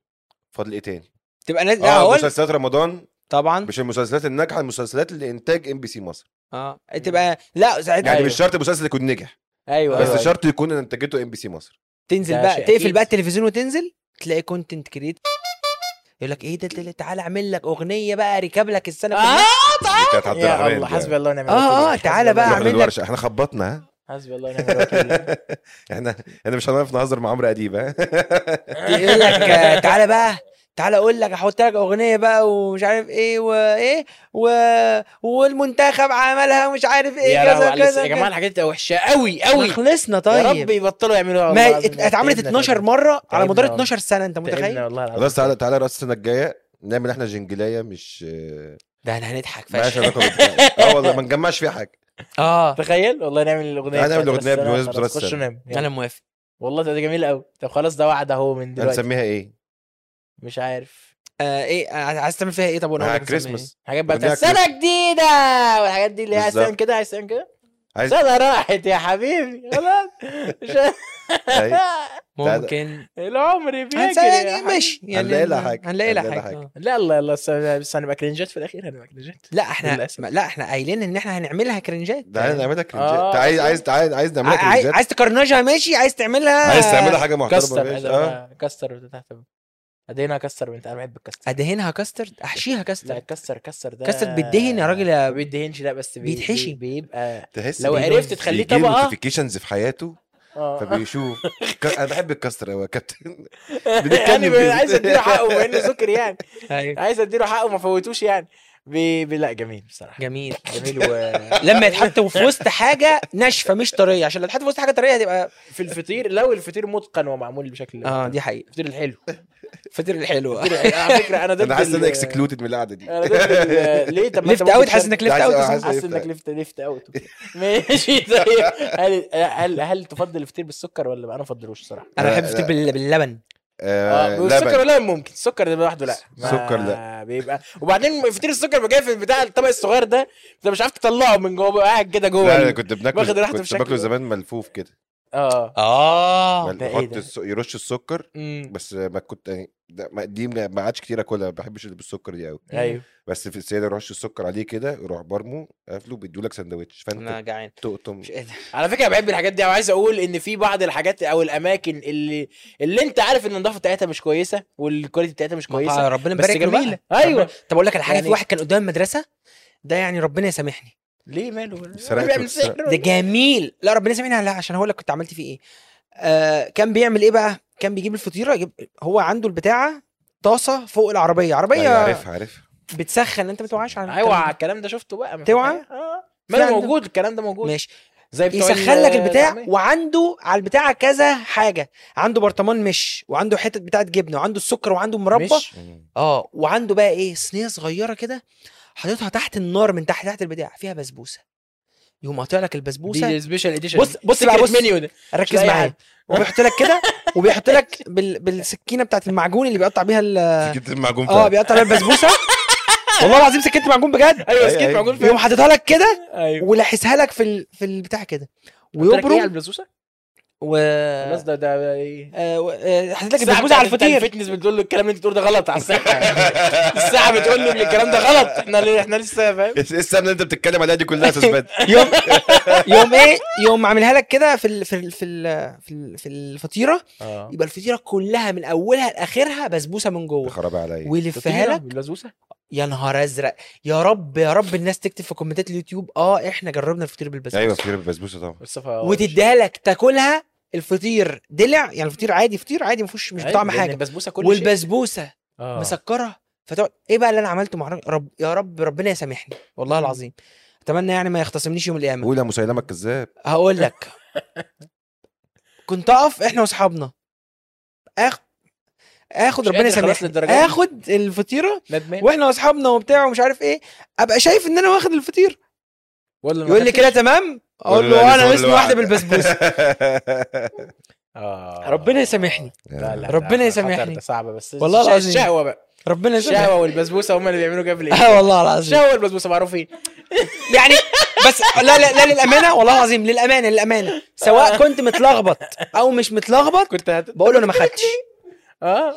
فاضل ايه تاني تبقى نازل لا اه هقول- مسلسلات رمضان طبعا مش المسلسلات الناجحه المسلسلات اللي انتاج ام بي سي مصر اه تبقى لا ساعتها يعني أيوة. مش شرط المسلسل يكون نجح أيوه، ايوه بس بس شرط يكون انتاجته ام بي سي مصر تنزل ده بقى شيء تقفل أكيد. بقى التلفزيون وتنزل تلاقي كونتنت كريت يقول لك ايه ده ده- ده- تعالى اعمل لك اغنيه بقى ركب لك السنه كلها دي كانت عبد يا الرحمن آه، يعني. الله حسبي الله ونعم الوكيل اه، اه، حسبي تعالى الله بقى ونعم- اعمل اعمل لك- الورشه احنا خبطنا ها حسبي الله ونعم الوكيل احنا احنا مش هنعرف نهزر مع عمرو اديب ها يقول لك آه، تعالى بقى تعالى اقول لك احط لك اغنيه بقى ومش عارف ايه وايه و... والمنتخب عملها ومش عارف ايه إيه يا كذا لهوي على كذا الس- يا جماعه كذا. الحاجات دي وحشه قوي ما قوي خلصنا يا طيب رب يبطلوا يعملوها ما والله ات- العظيم. اتعملت تعبنا 12 مره على مدار تعبنا. 12 سنه انت تعبنا متخيل والله العظيم خلاص تعالى تعالى راس السنه الجايه نعمل احنا جنجلايه مش ده ده احنا هنضحك مالهاش فشخ علاقه بالبتاع. اه والله ما نجمعش فيها حاجه آه. اه تخيل والله نعمل الاغنيه هنعمل بتاعت الأغنية راس السنة بمناسبة وخلاص، راس خش السنة. نام يعني انا موافق والله ده جميل قوي طب خلاص ده وعد اهو من دلوقتي هنسميها ايه؟ مش عارف آه ايه آه، عايز تعمل فيها ايه طب وانا مع أقول لك آه، نسميها كريسماس حاجات بقى أغنية بتاعت سنه جديده والحاجات دي اللي هي عايز بالظبط. تعمل كده عايز تعمل كده عايز سنه راحت يا حبيبي خلاص مش- أيوة. إيه؟ ممكن العمر بيجري يا هنسأل- حبيبي. يعني ماشي هنلاقي لها حاجة. هنلاقي لها هنلاقي لها حاجه حاجة. آه. لا لا لا بس- بس هنبقى كرنجات في الاخير هنبقى كرنجات لا احنا للأسف. لا احنا قايلين ان احنا هنعملها كرنجات ده عايز نعملها كرنجات آه. عايز عايز عايز عايز نعملها ع- عايز كرنجات عايز تكرنجها ماشي عايز تعملها عايز تعملها حاجه محترمه كستر ماشي. عايز اه أبقى كستر تحت ادينا كستر بنت انا بحب الكستر ادهنها كاسترد احشيها لا كاسترد كستر كستر ده كاسترد بيتدهن يا راجل ما يا ب- بيدهنش لا بس بي... بيتحشي. بي- بيبقى تحس لو بيه- عرفت تخليه بيجيله طبقه notifications في حياته اه فبيشوف ك- انا بحب الكستر قوي يا كابتن بنتكلم يعني فيه. عايز اديله حقه بما انه سكر يعني أيوة. عايز اديله حقه ما فوتوش يعني بي... بي... لا جميل بصراحه جميل جميل و... لما يتحط في وسط حاجه ناشفه مش طريه عشان لو اتحط في وسط حاجه طريه هتبقى في الفطير لو الفطير متقن ومعمول بشكل اه آه. دي حقيقه الفطير الحلو فطير الحلوه الفطير الحلو. على فكره انا ضد انا حاسس ان انا ال- اكسكلوتد من القعده دي انا ضد ال- ليه طب ما ليفت أنت ممكن اوت تشارك- حاسس انك ليفت عايز- اوت عايز- حاسس ليفت انك أوت. ليفت ليفت اوت ماشي طيب هل هل هل تفضل الفطير بالسكر ولا بقى انا ما افضلوش صراحه انا لا، بحب الفطير لا. بال- باللبن آه، اه السكر لبن ولا ممكن السكر ده لوحده لا ما سكر لا. بيبقى وبعدين فطير السكر بقى جاي في بتاع الطبق الصغير ده انت مش عارف تطلعه من جوه بقى قاعد كده جوه لا انا ال- كنت واخد بناكله راحته كنت بشكل- باكله زمان ملفوف كده اه اه مل- ده إيه يحط ده؟ الس- يرش السكر أمم. بس ما كنت يعني ده- ما- دي ما ما عادش كتير اكلها ما بحبش اللي بالسكر دي قوي ايوه بس في السيده يرش السكر عليه كده يروح برمه قافله بيديهولك سندوتش انا فانت جعان تقطم مش قادر على فكره بحب الحاجات دي وعايز اقول ان في بعض الحاجات او الاماكن اللي اللي انت عارف ان النظافه بتاعتها مش كويسه والكواليتي بتاعتها مش كويسه آه، ربنا بس يبارك له جميلة. بقى. أيوة. ربنا- طب اقول لك على حاجه في يعني- واحد كان قدام المدرسه ده يعني ربنا يسامحني ليه ماله سرقت بيعمل وتسرق. سحر ده ولا- جميل لا ربنا يسامحني لا عشان هقول لك كنت عملت فيه ايه آه كان بيعمل ايه بقى كان بيجيب الفطيره يجيب هو عنده البتاعه طاسه فوق العربيه أيوة، عربيه عارفها عارفها بتسخن انت ما توعاش عن الكلام اوعى ده. أيوه، الكلام ده شفته بقى ما في توعى؟ الحقيقة. اه ما انا في عندك- موجود الكلام ده موجود ماشي زي بتوع يسخن لك ال- إيه؟ البتاع العمال. وعنده على البتاعه كذا حاجه عنده برطمان مش وعنده حته بتاعه جبنه وعنده السكر وعنده مربى مش؟ اه وعنده بقى ايه صينيه صغيره كده حاططها تحت النار من تحت تحت البتاع فيها بسبوسه يقوم قاطع لك البسبوسه دي سبيشال اديشن بص- بص بقى، بص. المنيو ده مش ركز لأي معايا حد. وبيحط لك كده وبيحط لك بال... بالسكينه بتاعت المعجون اللي بيقطع بيها ال... جبت المعجون اه آه، ايوه. فعلا. بيقطع بيها البسبوسه والله العظيم سكينه معجون بجد ايوه أيوة، سكيت أيوة. معقول فيها يقوم حاططها لك كده ايوه ولاحسها لك في ال... في البتاع كده قلت لك إيه على ويبرم البسوسه و الناس ده ده ايه آه، و- آه، حاطط لك الساعة البسبوسه آه. على بتاعت بتاع الفطير الفتنس بتقول له الكلام اللي انت بتقوله ده غلط على الساعه الساعه بتقول له ان الكلام ده غلط احنا احنا لسه فاهم ايه السمنه اللي انت بتتكلم عليها دي كلها تثبت يوم يوم ايه يوم عاملها لك كده في ال... في ال... في ال... في, ال... في الفطيره يبقى الفطيره كلها من اولها لاخرها بسبوسه من جوه خراب عليا ويلفها لك البسبوسه يا نهار ازرق يا رب يا رب الناس تكتب في كومنتات اليوتيوب اه احنا جربنا الفطير بالبسبوسه ايوه فطير بالبسبوسه طبعا مصطفى وتديها لك تاكلها الفطير دلع يعني الفطير عادي فطير عادي ما فيهوش مش بطعم حاجه البسبوسه كل شيء والبسبوسه آه. مسكره فتقعد ايه بقى اللي انا عملته مع رب يا رب ربنا يسامحني والله العظيم اتمنى يعني ما يختصمنيش يوم القيامه قول يا مسيلمه الكذاب هقول لك كنت اقف احنا واصحابنا اخ اخد مش ربنا قادر خلاص يسامحني آه، للدرجة دي. اخد الفطيره ندمان واحنا واصحابنا وبتاع ومش عارف ايه ابقى شايف ان انا واخد الفطير ولا ما يقول لي خدتش؟ كده تمام اقول قول له له لا، انا لسه اسمي ولا واحده واحدة. بالبسبوسه آه. ربنا يسامحني لا لا ربنا لا، يسامحني. خطر ده صعبه بس والله الش- العظيم. الشهوه بقى ربنا يسامحك الشهوه والبسبوسه هم اللي بيعملوا كده في الإيه؟ اه والله العظيم الشهوه والبسبوسه معروفين يعني بس لا لا لا للامانه والله العظيم للامانه للامانه سواء كنت متلخبط او مش متلخبط كنت هت... بقول له انا ما خدتش اه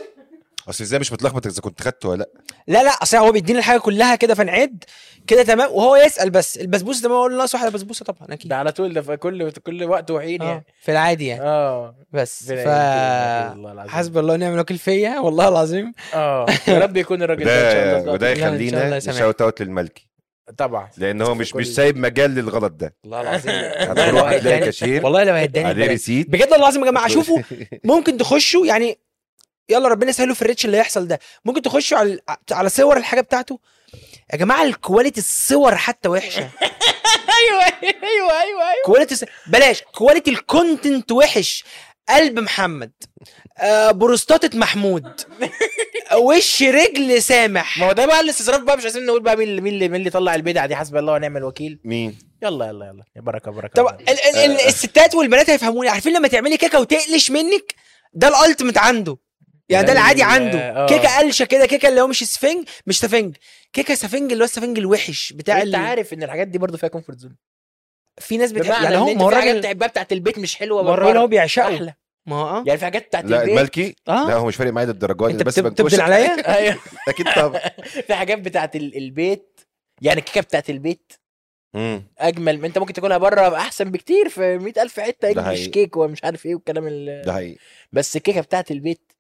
اصل ازاي آه، مش متلخبط اذا كنت خدته ولا لا لا لا اصل هو بيديني الحاجه كلها كده فنعد كده تمام وهو يسال بس البسبوسه تمام اقول له ناقص واحده بسبوسه طبعا اكيد ده على طول ده في كل كل وقت وحين آه، يعني في العادي يعني اه بس ربنا ف يهدينا، والله العظيم. حسب الله ونعم الوكيل فيا والله العظيم اه يا رب يكون الراجل ده ان شاء ده الله وده لا، إن شاء الله يخلينا يسامحك. شاوت اوت للملكي طبعا لان هو مش كل- مش سايب مجال للغلط ده والله العظيم هتروح هتلاقي كاشير والله لو هيداني عليه البلد. ريسيت بجد والله العظيم يا جماعه شوفوا ممكن تخشوا يعني يلا ربنا يسهله في الريتش اللي هيحصل ده ممكن تخشوا على على صور الحاجه بتاعته يا جماعه الكواليتي الصور حتى وحشه ايوه أيوة، ايوه ايوه ايوه كواليتي الس- بلاش كواليتي الكونتنت وحش قلب محمد آه بروستاتة محمود وش رجل سامح ما هو ده بقى الاستظراف بقى مش عايزين نقول بقى مين اللي مين اللي مين اللي طلع البدعه دي حسب الله ونعم الوكيل مين يلا يلا يلا يا بركه بركه طب بركة. ال- ال- آه. ال- الستات والبنات هيفهموني عارفين لما تعملي كيكه وتقلش منك ده الالتيميت عنده يعني ده ال- العادي عنده آه. كيكه قلشه كده كيكه اللي هو مش سفنج مش سفنج كيكه سفنج اللي هو السفنج الوحش بتاع انت ال... عارف ان الحاجات دي برضو فيها كومفورت زون في ناس بتح... بمعنى يعني يعني هو هم ما هو في حاجات الراجل بتاعت بتاعت البيت مش حلوه ما هو الراجل هو بيعشقه احلى ما هو اه يعني في حاجات بتاعت لا البيت المالكي اه لا هو مش فارق معايا للدرجه دي انت بس بتب- بتبدل بنكوشك. عليا ايوه اكيد طبعا في حاجات بتاعت ال- البيت يعني الكيكه بتاعت البيت مم. اجمل من انت ممكن تاكلها بره احسن بكتير في 100000 حته ده يجي حقيقي. مش كيك ومش عارف ايه والكلام ال... ده حقيقي بس الكيكه بتاعت البيت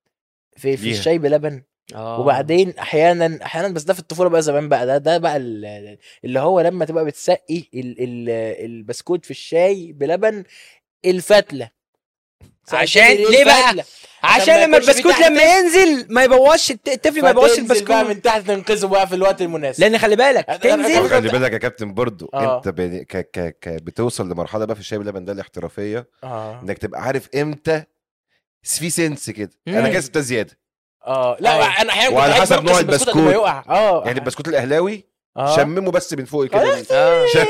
في في ليها. الشاي بلبن آه. وبعدين احيانا احيانا بس ده في الطفوله بقى زمان بقى ده ده بقى ال- اللي هو لما تبقى بتسقي ال ال البسكوت في الشاي بلبن الفتله عشان- ساعتين ليه بقى؟ إيه الفتلة. عشان ما لما يكونش في البسكوت تحت لما ينزل ما يبوظش الت- الطفل ما يبوظش فتنزل بقى البسكوت من تحت تنقذه بقى في الوقت المناسب لان خلي بالك أنا- أنا- تنزل أنا- خلي بالك يا كابتن برضو آه. انت بني- ك... ك... ك... بتوصل لمرحله بقى في الشاي باللبن ده الاحترافيه اه انك تبقى عارف امتى في سنس كده مم. انا كده سبتها زياده اه لا أيوة. انا احيانا أيوه. وعلى كنت حسب عايز بنقص نوع البسكوت قبل ما البسكوت. يقع اه يعني البسكوت الاهلاوي آه. شممه بس من فوق كده آه. شم-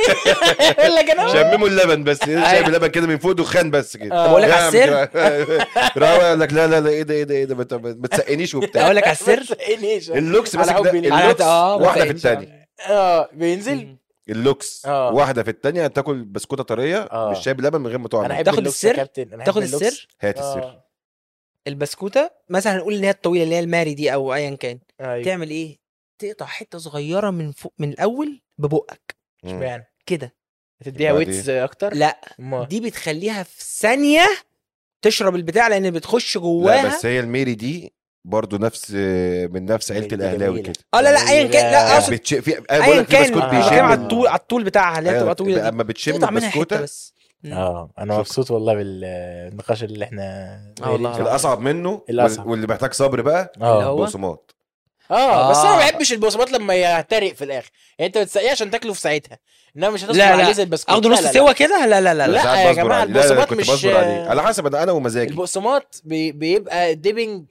يقول لك انا شمموا اللبن بس شاي باللبن كده من فوق دخان بس كده آه. طب أقول لك أيوه. على السر؟ راوي قال لك لا لا لا ايه ده ايه ده ايه ده ما ت- ما تسقنيش وبتاع اقول لك على السر إيه السر اللوكس على ماسك حب ده على- ليه. اللوكس آه، ما واحده في تسقنيش. الثانيه اه بينزل اللوكس آه. واحده في الثانيه تاكل بسكوته طريه آه. بالشاي بلبن من غير ما انا تقع احب تاخد اللوكس يا السر؟ كابتن أنا أحب تاخد اللوكس. السر هات السر آه. البسكوته مثلا هنقول ان هي الطويله اللي هي الماري دي او ايا كان ايوه تعمل ايه تقطع حته صغيره من فوق من الاول ببقك مم. يعني كده تديها وبعدين؟ ويتس اكتر إيه لا ما. دي بتخليها في ثانيه تشرب البتاع لان بتخش لا جواها بس هي الميري دي برضو نفس من نفس عيله دي الاهلاوي جميلة. كده اه لا لا ايا كان لا لا. اقصد بتش... في أنا بقول ايا لك في كان بسكوت أنا بيشم بتكلم على يعني آه. الطول على الطول بتاعها اللي هي أيوة، بتبقى طويله دي اما بتشم تقطع منها حته البسكوته بس اه انا شكراً. مبسوط والله بالنقاش اللي احنا آه والله. آه. الاصعب منه الأصعب. وال- واللي محتاج صبر بقى اللي اه هو- بقسماط اه بس انا آه. ما بحبش البقسماط لما يحترق في الاخر يعني انت بتسقيه عشان تاكله في ساعتها انما مش هتصبر لا، لا. عليه زي البسكوت اخده لا، نص لا، لا. سوا كده لا لا لا لا لا. يا جماعة لا لا البقسماط كنت مش- بصبر عليه على حسب انا أنا ومزاجي البقسماط بي- بيبقى ديبنج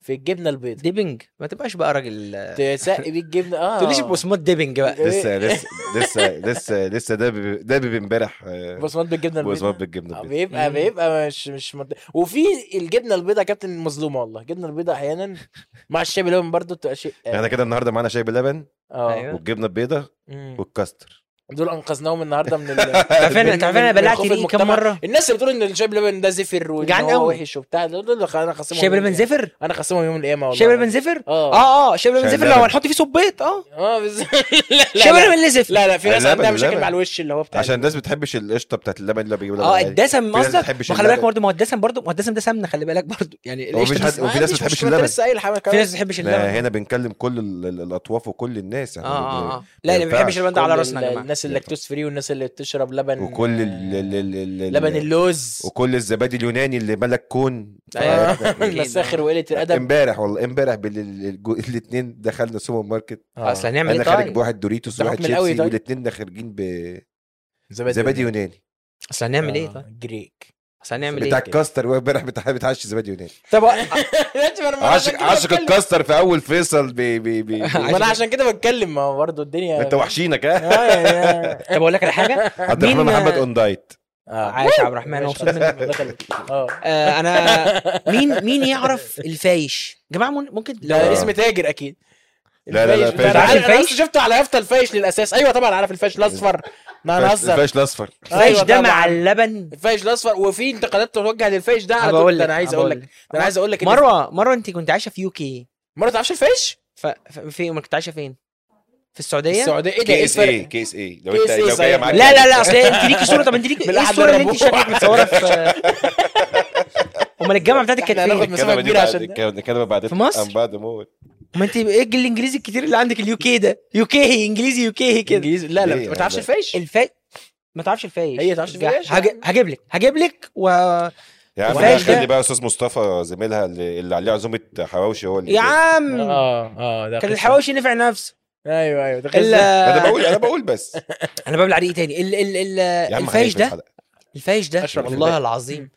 في الجبنه البيضاء ديبنج ما تبقاش بقى راجل تسقي بيه الجبنه اه ما تقوليش بقسماط ديبنج بقى إيه؟ لسه لسه لسه لسه لسه ده بي- ده بيبي امبارح آه، بقسماط بالجبنه بقسماط البيضاء بالجبنه آه، البيضاء. بيبقى مم. بيبقى مش مش منطقي وفي الجبنه البيضاء يا كابتن مظلومه والله الجبنه البيضاء احيانا مع الشاي بلبن برضه بتبقى شيء آه، احنا كده النهارده معانا شاي باللبن أيوة. اه والجبنه البيضاء مم. والكاستر دول انقذناهم النهارده من ال... تعرفين من- تعرفين انا من- من بلعت خوف ليه كام المجتمع. مره الناس اللي بتقول ان الشاي بلبن ده زفر وان جعان هو أوي. وحش وبتاع دول دول انا خاصمهم شاي بلبن زفر انا خاصمهم يوم القيامه يعني. آه، والله شاي بلبن زفر اه اه اه شاي بلبن شاي زفر لو بلبن. هنحط فيه صبيط اه اه بس لا لا شاي لا. بلبن اللي زفر لا لا في ناس اللبن- عندها مشاكل اللبن. مع الوش اللي هو بتاع عشان الناس بتحبش القشطه بتاعت اللبن اللي بيجيبوا لبن آه، اه عادي. الدسم في ناس قصدك بتحبش ما خلي بالك اللبن. برضه ما هو الدسم برضه ما هو الدسم ده سمنه خلي بالك برضه يعني هو القشطه مش دي- حد- وفي ناس ما بتحبش اللبن اللبن. لسه قايل حاجه في كمان ناس ما بتحبش اللبن احنا هنا بنكلم كل ال- ال- الاطواف وكل الناس اه آه، يعني اه اه ما لا اللي ما ينفعش. بيحبش اللبن ده على راسنا يا جماعه الناس اللاكتوز فري والناس اللي بتشرب لبن أيوة. وكل ال ال ال ال ال- لبن اللوز وكل الزبادي اليوناني اللي ملك كون آه، أيوة. ف- المساخر وقله الادب امبارح والله امبارح الاثنين دخلنا سوبر ماركت اصل هنعمل انا ايه خارج طيب بواحد دوريتوس إيه ده وواحد حكم القوي شيبسي طيب. يعني. والاثنين خارجين بزبادي زبادي يوناني اصل هنعمل ايه طيب آه. جريك اصل هنعمل آه. بتاع إيه؟ ايه الكاستر هو امبارح بتاع- بتعشي زبادي يوناني طب آه. آه، عاشق عاشق الكاستر في اول فيصل بي بي بي ما انا عشان كده بتكلم ما هو برضه الدنيا انت وحشينك ها آه، يعني- طب اقول طيب، لك على حاجه عبد الرحمن مين- محمد اون دايت آه. عايش يا عبد الرحمن أنا مبسوط منك اه آه، انا مين مين يعرف الفايش يا جماعه ممكن- ممكن ده آه. اسم تاجر اكيد لا، لا، لا، الفيش. فايش. انا عارف عارف أنا الفايش؟ أصلاً شفته على يافطه الفايش للاساس ايوه طبعا عارف الفايش الاصفر ما نهزر الفاش الاصفر الفايش أيوة ده مع طبعاً. اللبن الفايش الاصفر وفي انتقادات توجه للفايش ده على أنا بقول طول ده لك، انا عايز أنا اقول بقول لك ده انا عايز اقول لك إن- مره مره انت كنت عايشه في يو كي مره تعرفش الفيش فين كنت عايشه فين في السعوديه السعوديه ايه ده ايه كيس ايه إيه. الفرق كيس ايه لو كيس انت إيه لو جايه صحيح. معاك لا لا لا اصل انت ليكي صوره طب انت ليكي من ايه أحد الصوره اللي انت الربوع. شكلك متصوره في امال الجامعه بتاعتك كانت إحنا هناخد فين؟ مسافة كده كبيرة عشان ده. كده بعد في مصر؟ بعد موت ما انت ايه الانجليزي الكتير اللي عندك اليو كي ده؟ يو كي انجليزي يو كي كده انجليزي لا ليه لا ما يعني تعرفش ده؟ الفيش الفاي ما تعرفش الفايش هي تعرفش الفايش؟ هج- هجيب لك هجيب لك و يا عم وفاش خلي ده. بقى استاذ مصطفى زميلها اللي اللي عليه عزومه حواوشي هو اللي يا عم اه اه ده كان قصة. الحواوشي نفع نفسه ايوه ايوه ده ال- قصة. انا بقول انا بقول بس انا ببلع ريقي إيه تاني ال ال ال يا عم الفايش خليك في آه، ده الحلقة. الفايش ده أشرب في والله الباقي. العظيم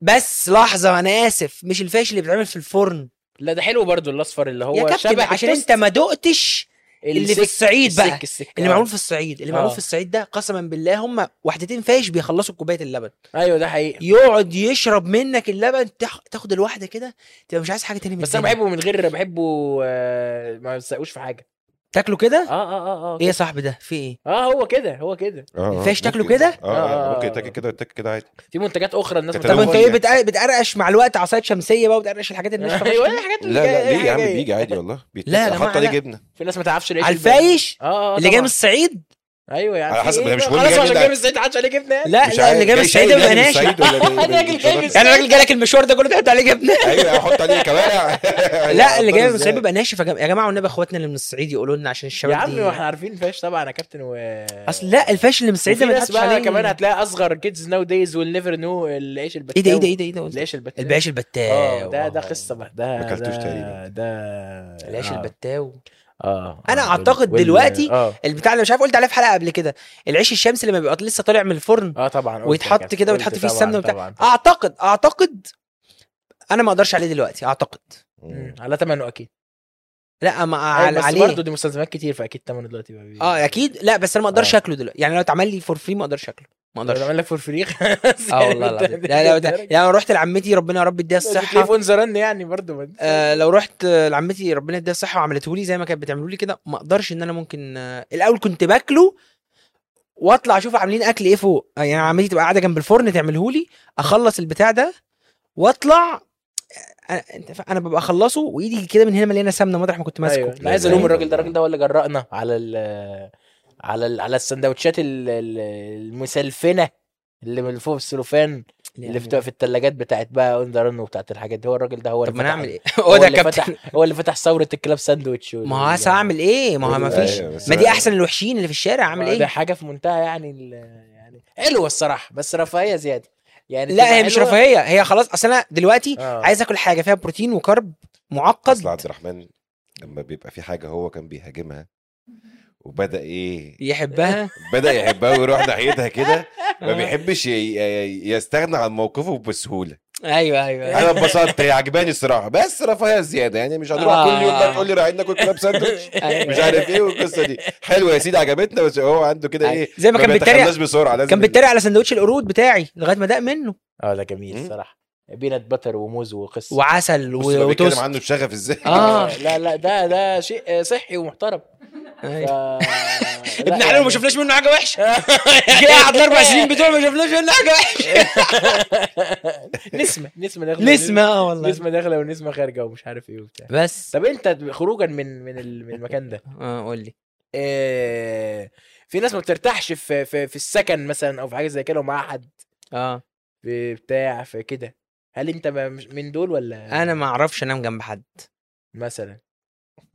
بس لحظه انا اسف مش الفايش اللي بيتعمل في الفرن لا ده حلو برضو الاصفر اللي يا هو كابتن شبه عشان التوست. انت ما دقتش اللي في السك- الصعيد بقى السك- السك، اللي آه. معمول في الصعيد اللي معمول آه. في الصعيد ده قسما بالله هم وحدتين فايش بيخلصوا كوبايه اللبن ايوه ده حقيقي يقعد يشرب منك اللبن تاخ- تاخد الواحده كده تبقى مش عايز حاجه تاني من بس انا الدنيا. بحبه من غير بحبه آه، ما بسقوش في حاجه تاكله كده اه اه اه اه ايه يا صاحبي ده في ايه اه هو كده هو كده آه، آه، الفيش تاكله ممكن. كده؟ آه، اه آه. ممكن تاكل كده وتاكل كده عادي في منتجات اخرى الناس طب طب هو انت ايه يعني. بتق- بتقرقش مع الوقت عصايه شمسيه بقى وتقرقش الحاجات الناشفه فشخ ايوه دي؟ الحاجات لا لا ليه يا عم الحاجة بيجي عادي والله بيت- لا، لا، ما حط عليه عليك. جبنه في ناس ما تعرفش العيش على البلدي. الفايش اه اه اللي جاي من إيه طبعاً. الصعيد ايوه يعني على في حسب، إيه ده مش بقى؟ مهم خلاص جاي عشان منين جاي من الصعيد عادش عليه جبنه لا لا مش اللي جاي عارف، من إيه جاي الصعيد شاي بيبقى جاي من ناشف الصعيد ولا من- أنا راجل جاي من الصعيد. يعني الراجل جالك المشوار ده كله تحط عليه جبنه ايوه احط عليه كمان لا اللي جاي من الصعيد الصعيد بيبقى ناشف يا جم- يا جماعه والنبي اخواتنا اللي من الصعيد يقولوا لنا عشان يا الشباب عم دي ما احنا عارفين فاش طبعا يا كابتن و اصل لا الفاش اللي من الصعيد وفي ده ما ناس يتحطش بقى عليه كمان هتلاقي اصغر كيدز ناو دايز ويل نيفر نو العيش البتاوي ايه ده ايه ده ايه ده ايه ده العيش البتاوي العيش اه البتاو آه، ده ده قصه بقى ده ما اكلتوش ده- تقريباً. ده العيش آه. البتاو اه أنا آه. أعتقد وال- دلوقتي اه البتاع اللي مش عارف قلت عليه في حلقه قبل كده العيش الشمسي لما بيبقى لسه طالع من الفرن اه طبعا قلت يا ويتحط كابتن، كده قلت ويتحط فيه طبعاً، السمنه وبتاع طبعا اعتقد اعتقد انا ما اقدرش عليه دلوقتي اعتقد مم. على ثمنه اكيد لا ما أيوة، على بس عليه برضه دي مستلزمات كتير فاكيد ثمنه دلوقتي بقى بي- اه اكيد لا بس انا ما اقدرش آه. اكله دلوقتي يعني لو اتعمل لي فور فري ما اقدرش اكله ما لو اقدرش عمل لك فور فريخ يعني اه والله العظيم لا ايه؟ لا ده- يعني لو رحت لعمتي ربنا يا رب يديها الصحه الصحه اون ذا رن يعني برضه آه لو رحت آه، لعمتي ربنا يديها الصحه وعملته لي زي ما كانت بتعمله لي كده ما اقدرش ان انا ممكن آه الاول كنت باكله واطلع اشوف عاملين اكل ايه فوق آه، يعني عمتي تبقى قاعده جنب الفرن تعمله لي اخلص البتاع ده واطلع آه، أنا- انت فا- انا ببقى اخلصه وايدي كده من هنا مليانه سمنه مطرح ما كنت ماسكه ايوه انا عايز الوم الراجل ده الراجل ده هو اللي جرأنا على ال على ال على السندوتشات ال- ال- المسلفنه اللي من فوق السلوفان يعني اللي بتبقى في الثلاجات بتاعت بقى اون ذا رن وبتاعت الحاجات دي هو الراجل ده هو طب اللي ما انا فتح- اعمل ايه هو ده اللي كابتن فتح هو اللي فتح ثوره الكلاب ساندوتش وال- ما هو عايز اعمل ايه ما هو ما فيش أيوة، بس ما دي أنا- احسن الوحشين اللي في الشارع اعمل آه، أيوه. ده ايه حاجه في منتهى يعني ال- يعني حلوه الصراحه بس رفاهيه زياده يعني لا تبقى هي مش حلوة. رفاهيه هي خلاص اصل انا دلوقتي آه. عايز اكل حاجه فيها بروتين وكرب اصل معقد عبد الرحمن لما بيبقى في حاجه هو كان بيهاجمها وبدا ايه يحبها بدا يحبها ويروح ناحيتها كده ما آه. بيحبش ي- ي- يستغنى عن موقفه بسهوله ايوه ايوه انا اتبسطت هي عجباني الصراحه بس رفاهيه زياده يعني مش هنروح آه. كل يوم بقى تقول لي رايحين ناكل كلاب ساندوتش أيوة. مش عارف ايه والقصه دي حلوه يا سيدي عجبتنا بس هو عنده كده أيوة. ايه زي ما كان بيتريق- بيتخلاش بسرعه لازم كان بيتريق على سندوتش القرود بتاعي لغايه ما داق منه اه ده جميل مم. الصراحه بينات بتر وموز وقصه وعسل بص بقى و- بيتكلم وتوست عنه بشغف ازاي آه. لا لا ده ده شيء صحي ومحترم يعني أيوة. ابن ابن حلال ما شفناش منه حاجه وحشه جه قعد الاربع سنين بتوع ما شفناش منه حاجه وحشه نسمه نسمه داخله نسمه اه والله نسمه داخله ونسمه خارجه ومش عارف ايه وبتاع بس طب انت خروجا من من ال- من المكان ده اه قول لي آه، في ناس ما بترتاحش في في, في السكن مثلا او في حاجه زي كده ومعاها حد اه في بتاع في كده هل انت ما- مش- من دول ولا انا ما اعرفش انام جنب حد مثلا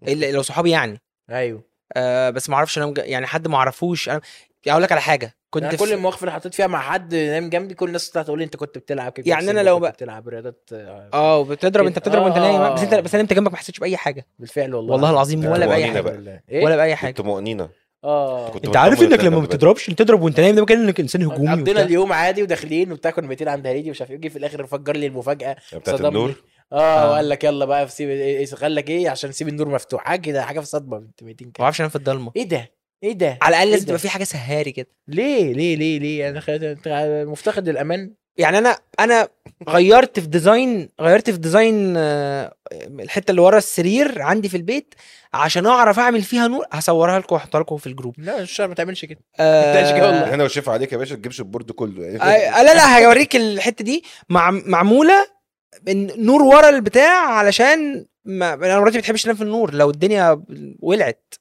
الا لو صحابي يعني ايوه آه بس ما اعرفش انام ج- يعني حد ما اعرفوش انا يعني اقول لك على حاجه كنت كنت في... كل المواقف اللي حطيت فيها مع حد نايم جنبي كل الناس طلعت تقول لي انت كنت بتلعب كيك يعني أنا بوكسينج لو وكنت بقى- بتلعب رياضات آه، اه وبتضرب انت بتضرب وانت نايم بس انت بس انا نمت جنبك ما حسيتش باي حاجه بالفعل والله والله العظيم ولا باي وأنا حاجه بقى. بقى ايه ولا باي حاجه كنت مؤنينه اه كنت انت عارف بتطمن انك لما ما الكلام ده. بتضربش اللي تضرب وانت نايم ده كان انك انسان هجومي قضينا وبتاع. اليوم عادي وداخلين وبتاع كنا بيتين عند هريدي ومش عارف ايه جه في الاخر فجر لي المفاجاه يعني بتاعت صدمني. النور اه آه. وقال لك يلا بقى في سيب إيه إيه- قال لك ايه عشان سيب النور مفتوح حاجه كده حاجه في صدمه بنت 200 ما كده اعرفش انام في الضلمه ايه ده ايه ده على الاقل إيه لازم ده؟ تبقى في حاجه سهاري كده ليه ليه ليه ليه انا خ- أنت مفتقد الامان يعني انا انا غيرت في ديزاين غيرت في ديزاين آه، الحته اللي ورا السرير عندي في البيت عشان اعرف اعمل فيها نور هصورها لكم واحطها لكم في الجروب لا الشهر ما تعملش كده تعيش جوه آه والله. هنا وشيف عليك يا باشا تجيبش البورد كله يعني آه، لا لا هوريك الحته دي مع معموله من نور ورا البتاع علشان ما انا مراتي ما بتحبش تنام في النور لو الدنيا ولعت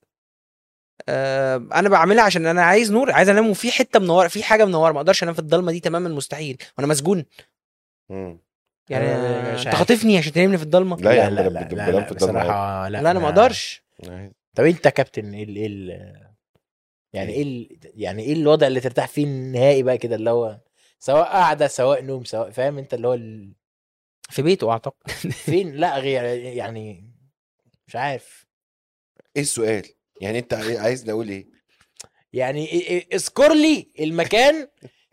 آه، انا بعملها عشان انا عايز نور عايز انام وفي حته منوره في حاجه منوره ما اقدرش انام في الضلمه دي تماما مستحيل وانا مسجون مم. يعني أنا آه، مش انت عارف. خاطفني عشان تنامني في الضلمه لا يا عم لا انا لا, بدي لا, بنام لا في الضلمه بصراحه لا, لا انا ما اقدرش عادي. طب انت يا كابتن ايه ال- ايه ال- يعني ايه ال- يعني ايه الوضع اللي ترتاح فيه النهائي بقى كده اللي هو سواء قعده سواء نوم سواء فاهم انت اللي هو ال- في بيته اعتقد فين لا غير يعني مش عارف ايه السؤال؟ يعني انت عايزني اقول ايه؟ يعني إيه- إيه- اذكر لي المكان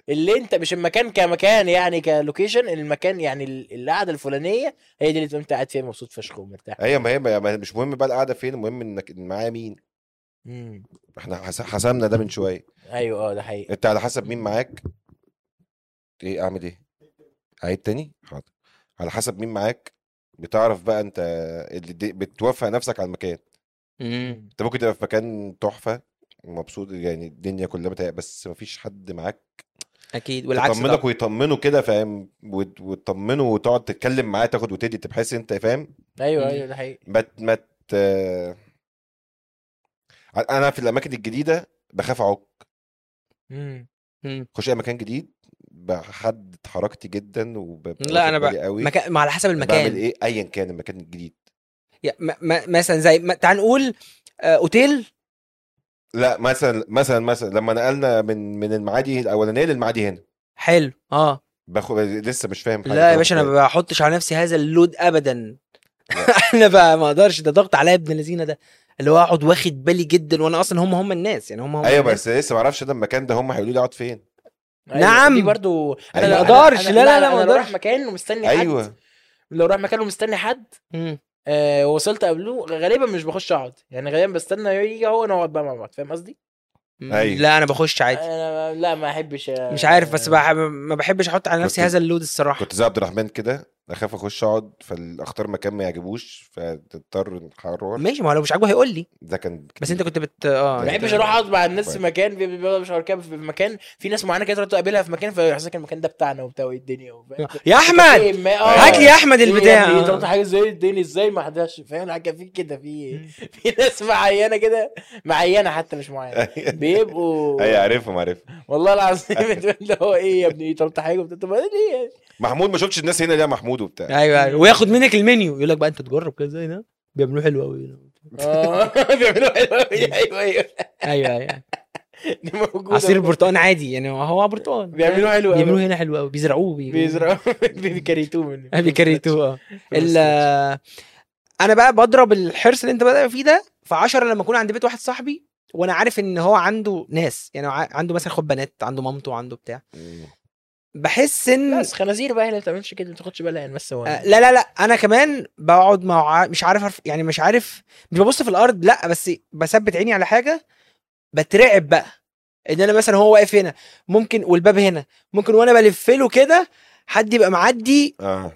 اللي انت مش المكان كمكان يعني كلوكيشن المكان يعني ال- القعده الفلانيه هي دي اللي تبقى انت قاعد فيها مبسوط فشخ ومرتاح ايوه ما هي ما- ما- مش مهم بقى القعده فين المهم انك إن معايا مين مم. احنا حس- حسمنا ده من شويه ايوه اه ده حقيقي انت على حسب مين معاك ايه اعمل ايه عيد تاني حاضر على حسب مين معاك بتعرف بقى انت اللي دي- بتوفق نفسك على المكان مم. انت ممكن تبقى في مكان تحفه مبسوط يعني الدنيا كلها بتاع بس مفيش حد معاك اكيد والعكس يطمنك طبعاً. ويطمنه كده فاهم وت- وتطمنه وتقعد تتكلم معاه تاخد وتدي تبحث انت فاهم ايوه مم. ايوه ده حقيقي ما ت- ما ت- آه، انا في الاماكن الجديده بخاف اعك مم. مم. خش اي مكان جديد بحدد حركتي جدا وببقى لا، واخد أنا بالي قوي مكان ما على حسب بعمل إيه؟ المكان ايه ايا كان المكان الجديد يا- ما- ما- مثلا زي ما- تعال نقول آه، اوتيل لا مثلا مثلا مثلا لما نقلنا من من المعادي الاولانيه للمعادي هنا حلو اه باخد لسه مش فاهم حاجة، لا يا باخد باشا انا بالي. ما بحطش على نفسي هذا اللود ابدا انا بقى ما اقدرش ده ضغط عليا ابن الذين ده اللي هو اقعد واخد بالي جدا وانا اصلا هم هم الناس يعني هم هم ايوه الناس. بس لسه ما اعرفش انا المكان ده هم هيقولوا لي اقعد فين أيوة، نعم. دي برضو أيوة. لو- ما أقدرش، أنا- لا، لا، لا، ما انا لو رايح أقدرش. أيوه. مكان ومستني حد ايوه لو رايح مكان ومستني حد مم. آه وصلت قبله غالبا مش بخش اقعد يعني غالبا بستنى يجي هو نقعد بقى مع بعض فاهم قصدي؟ مم. أيوة. لا انا بخش عادي انا لا ما احبش آه، مش عارف بس بح- ما بحبش احط على نفسي كنت- هذا اللود الصراحه كنت زي عبد الرحمن كده اخاف اخش اقعد فاختار مكان ما يعجبوش فتضطر نحرر ماشي ما هو لو مش عاجبه هيقول لي ده كان بس انت كنت بت اه ما ما انت- بحبش اروح اقعد مع الناس في مكان بي- بي- بي- مش هركب في مكان في ناس معينه كده تقعد تقابلها في مكان فيحسسك المكان ده بتاعنا وبتاع وايه الدنيا وبتاع. يا احمد إيه، ما- آه. هات لي يا احمد إيه يا البتاع ابني، طب حاجه زي الدنيا ازاي ما حدش فاهم حاجه في كده في في ناس معينه كده معينه حتى مش معينه أيوة. بيبقوا اي أيوة، عارفهم عارفهم والله العظيم اللي هو ايه يا ابني طلبت حاجه وبتاع طب ليه محمود ما شفتش الناس هنا ليه يا محمود وبتاع ايوه ايوه وياخد منك المنيو يقول لك بقى انت تجرب كده زي ده بيعملوه حلو قوي اه بيعملوا حلو أوي. ايوه ايوه ايوه ايوه دي موجوده عصير البرتقال عادي يعني هو برتقال بيعملوه حلو أوي. بيعملوه هنا حلو قوي بيزرعوه بي- بيزرعوا بيكريتوه منه آه، بيكريتوه اه ال- انا بقى بضرب الحرص اللي انت بدأ فيه ده في 10 لما اكون عند بيت واحد صاحبي وانا عارف ان هو عنده ناس يعني ع- عنده مثلا اخوات بنات عنده مامته عنده بتاع بحس ان بس خنازير بقى هي اللي ما بتعملش كده ما تاخدش بالها يعني بس هو آه، لا لا لا انا كمان بقعد مع مش عارف أرف... يعني مش عارف مش ببص في الارض لا بس بثبت عيني على حاجه بترعب بقى ان انا مثلا هو واقف هنا ممكن والباب هنا ممكن وانا بلف له كده حد يبقى معدي اه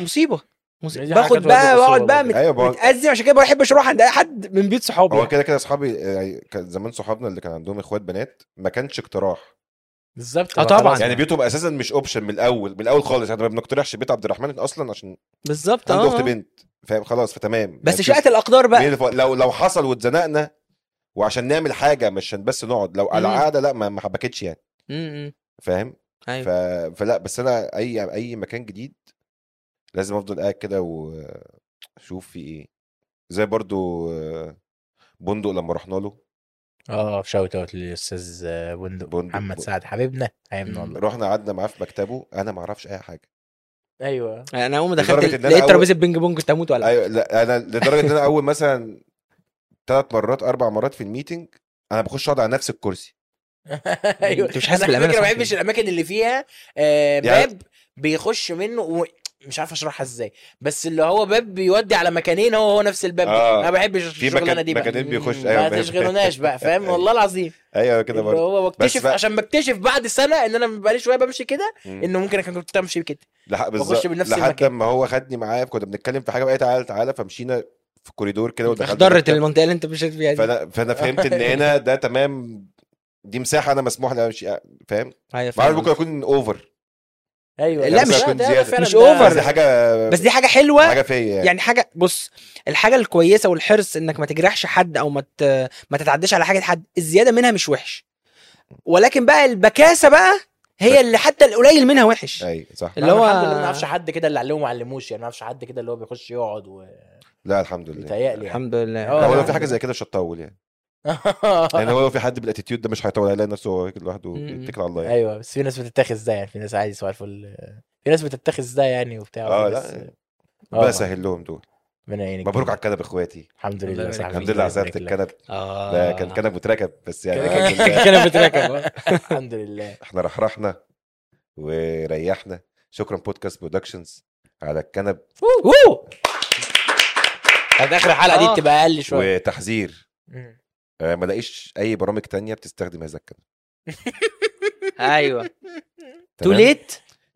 مصيبه مصيبة. يعني دي باخد حركات بقى برضه بقعد بقى بتسوق برضه. مت... ايوه بقى- متأزم عشان كده ما بحبش اروح عند اي حد من بيت صحابي هو يعني. كده كده اصحابي يعني كان زمان صحابنا اللي كان عندهم اخوات بنات ما كانش اقتراح بالظبط آه، طبعاً. يعني بيوتهم اساسا مش اوبشن من الاول من الاول خالص احنا ما بنقترحش بيت عبد الرحمن اصلا عشان بالظبط عنده اخت اه بنت يعني فاهم خلاص فتمام بس هنشوف شقه الاقدار مين بقى اللي فوق- لو لو حصل واتزنقنا وعشان نعمل حاجه مش عشان بس نقعد لو على مم. قاعده لا ما ما حبكتش يعني م- م. فاهم ف... ايوه أيوة. فلا بس انا اي اي مكان جديد لازم افضل قاعد كده واشوف في ايه زي برضو آه، بندق لما رحنا له اه شوت اوت للاستاذ بندق بندق. محمد سعد حبيبنا حبيبنا والله رحنا قعدنا معاه في مكتبه انا ما اعرفش اي حاجه ايوه انا اول ما لدرجة دخلت إن أنا لقيت أول- ترابيزه بينج بونج كنت هموت ولا ايوه لا انا لدرجه ان انا اول مثلا ثلاث مرات اربع مرات في الميتنج انا بخش اقعد على نفس الكرسي يعني ايوه أنت مش حاسس أنا على بالأمان يا فكره ما صاحبي. بحبش الاماكن اللي فيها آه يعني- باب بيخش منه و... مش عارف اشرحها ازاي بس اللي هو باب بيودي على مكانين هو هو نفس الباب آه. ده انا ما بحبش في الشغلانه مكان دي بقى مكانين بيخش ما ايوه فاهم. تشغلوناش بقى فاهم والله العظيم ايوه كده اللي برضه هو بكتشف بقى- عشان بكتشف بعد سنه ان انا بقالي شويه بمشي كده مم. انه ممكن اكون كنت امشي كده لح... بخش بالظبط بنفس لحد المكان. ما هو خدني معاه كنا بنتكلم في حاجه بقى تعالى تعالى فمشينا في الكوريدور كده ودخلت اخضرت المكتب. المنطقه اللي انت مشيت فيها دي فانا فانا فهمت ان هنا ده تمام دي مساحه انا مسموح لي امشي فاهم ايوه ما عارف فاهم ممكن اكون اوفر أيوة. ايوه لا، مش- ده- ده يعني زيادة. فعلا مش ده- أوفر. بس دي حاجه بس دي حاجه حلوه حاجه فيا يعني يعني حاجه بص الحاجه الكويسه والحرص انك ما تجرحش حد او ما ت... ما تتعداش على حاجه حد الزياده منها مش وحش ولكن بقى البكاسه بقى هي اللي حتى القليل منها وحش اي صح اللي هو الحمد لله ما اعرفش حد كده اللي علمه ما علموش يعني ما اعرفش حد كده اللي هو بيخش يقعد لا الحمد لله ويتهيألي يعني الحمد لله آه، لا، هو لو الحمد في حاجه لله. زي كده مش هتطول يعني يعني هو لو في حد بالاتيتيود ده مش هيطول هيلاقي نفسه هو هيك لوحده آه. مم. بيتكل على الله يعني ايوه بس في ناس بتتخذ ده يعني في ناس عادي سؤال فل في ناس بتتخذ ده يعني وبتاع اه وفي ناس- لا آه، أيوة. ربنا يسهل لهم دول ربنا يعينك مبروك على الكنب اخواتي الحمد لله الله يا يبارك صاحبي الحمد لله على زياره يبارك لك. الكنب اه ده كان كنب وتركب بس يعني كان- الحمد كان لله. بتركب الحمد لله احنا رحرحنا وريحنا شكرا بودكاست برودكشنز على الكنب ووو كانت اخر الحلقه آه. دي بتبقى اقل شويه وتحذير مم. آه، ما لاقيش اي برامج تانية بتستخدم هذا الكلام ايوه تو ليت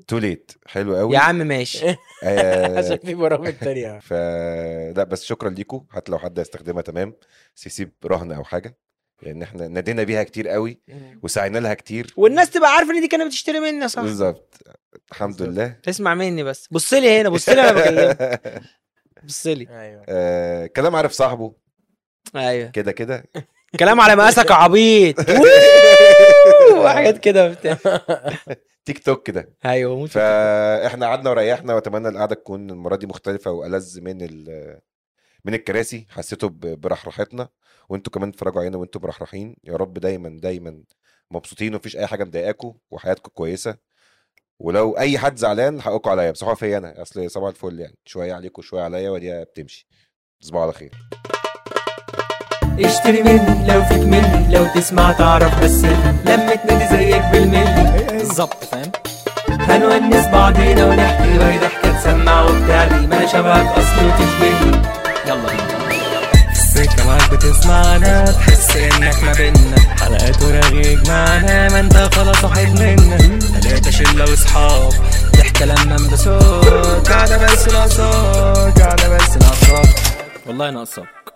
تو ليت حلو قوي يا عم ماشي آه عشان في برامج تانية ف لا بس شكرا ليكم حتى لو حد هيستخدمها تمام سيسيب رهن او حاجه لان احنا نادينا بيها كتير قوي إيه. وسعينا لها كتير والناس تبقى عارفه ان دي كانت بتشتري مني صح بالظبط الحمد لله اسمع مني بس بص لي هنا بص لي انا بكلمك بص لي ايوه آه، كلام عارف صاحبه ايوه كده كده كلام على مقاسك يا عبيط ووو، وحاجات كده وبتاع تيك توك كده ايوه موت في التيك فاحنا قعدنا وريحنا واتمنى القعده تكون المره دي مختلفه والذ من ال من الكراسي حسيتوا ب- برحرحتنا وانتوا كمان اتفرجوا علينا وانتوا مرحرحين يا رب دايما دايما مبسوطين ومفيش اي حاجه مضايقاكم وحياتكم كويسه ولو اي حد زعلان حقكم عليا بصراحه فيا انا اصل صباح الفل يعني شويه عليكم وشويه عليا ودي بتمشي تصبحوا على خير اشتري مني لو فيك مني لو تسمع تعرف بس لمة نادي زيك بالملي بالظبط فاهم هنونس بعضينا ونحكي وهي ضحكة تسمع وبتعلي ما انا شبهك اصلي وتشبهني يلا بينا السكة معاك بتسمعنا تحس انك ما بينا حلقات ورغيك معنا ما انت خلاص واحد منا تلاتة شلة واصحاب ضحكة لما بصوت قاعدة بس ناقصاك قاعدة بس ناقصاك والله ناقصاك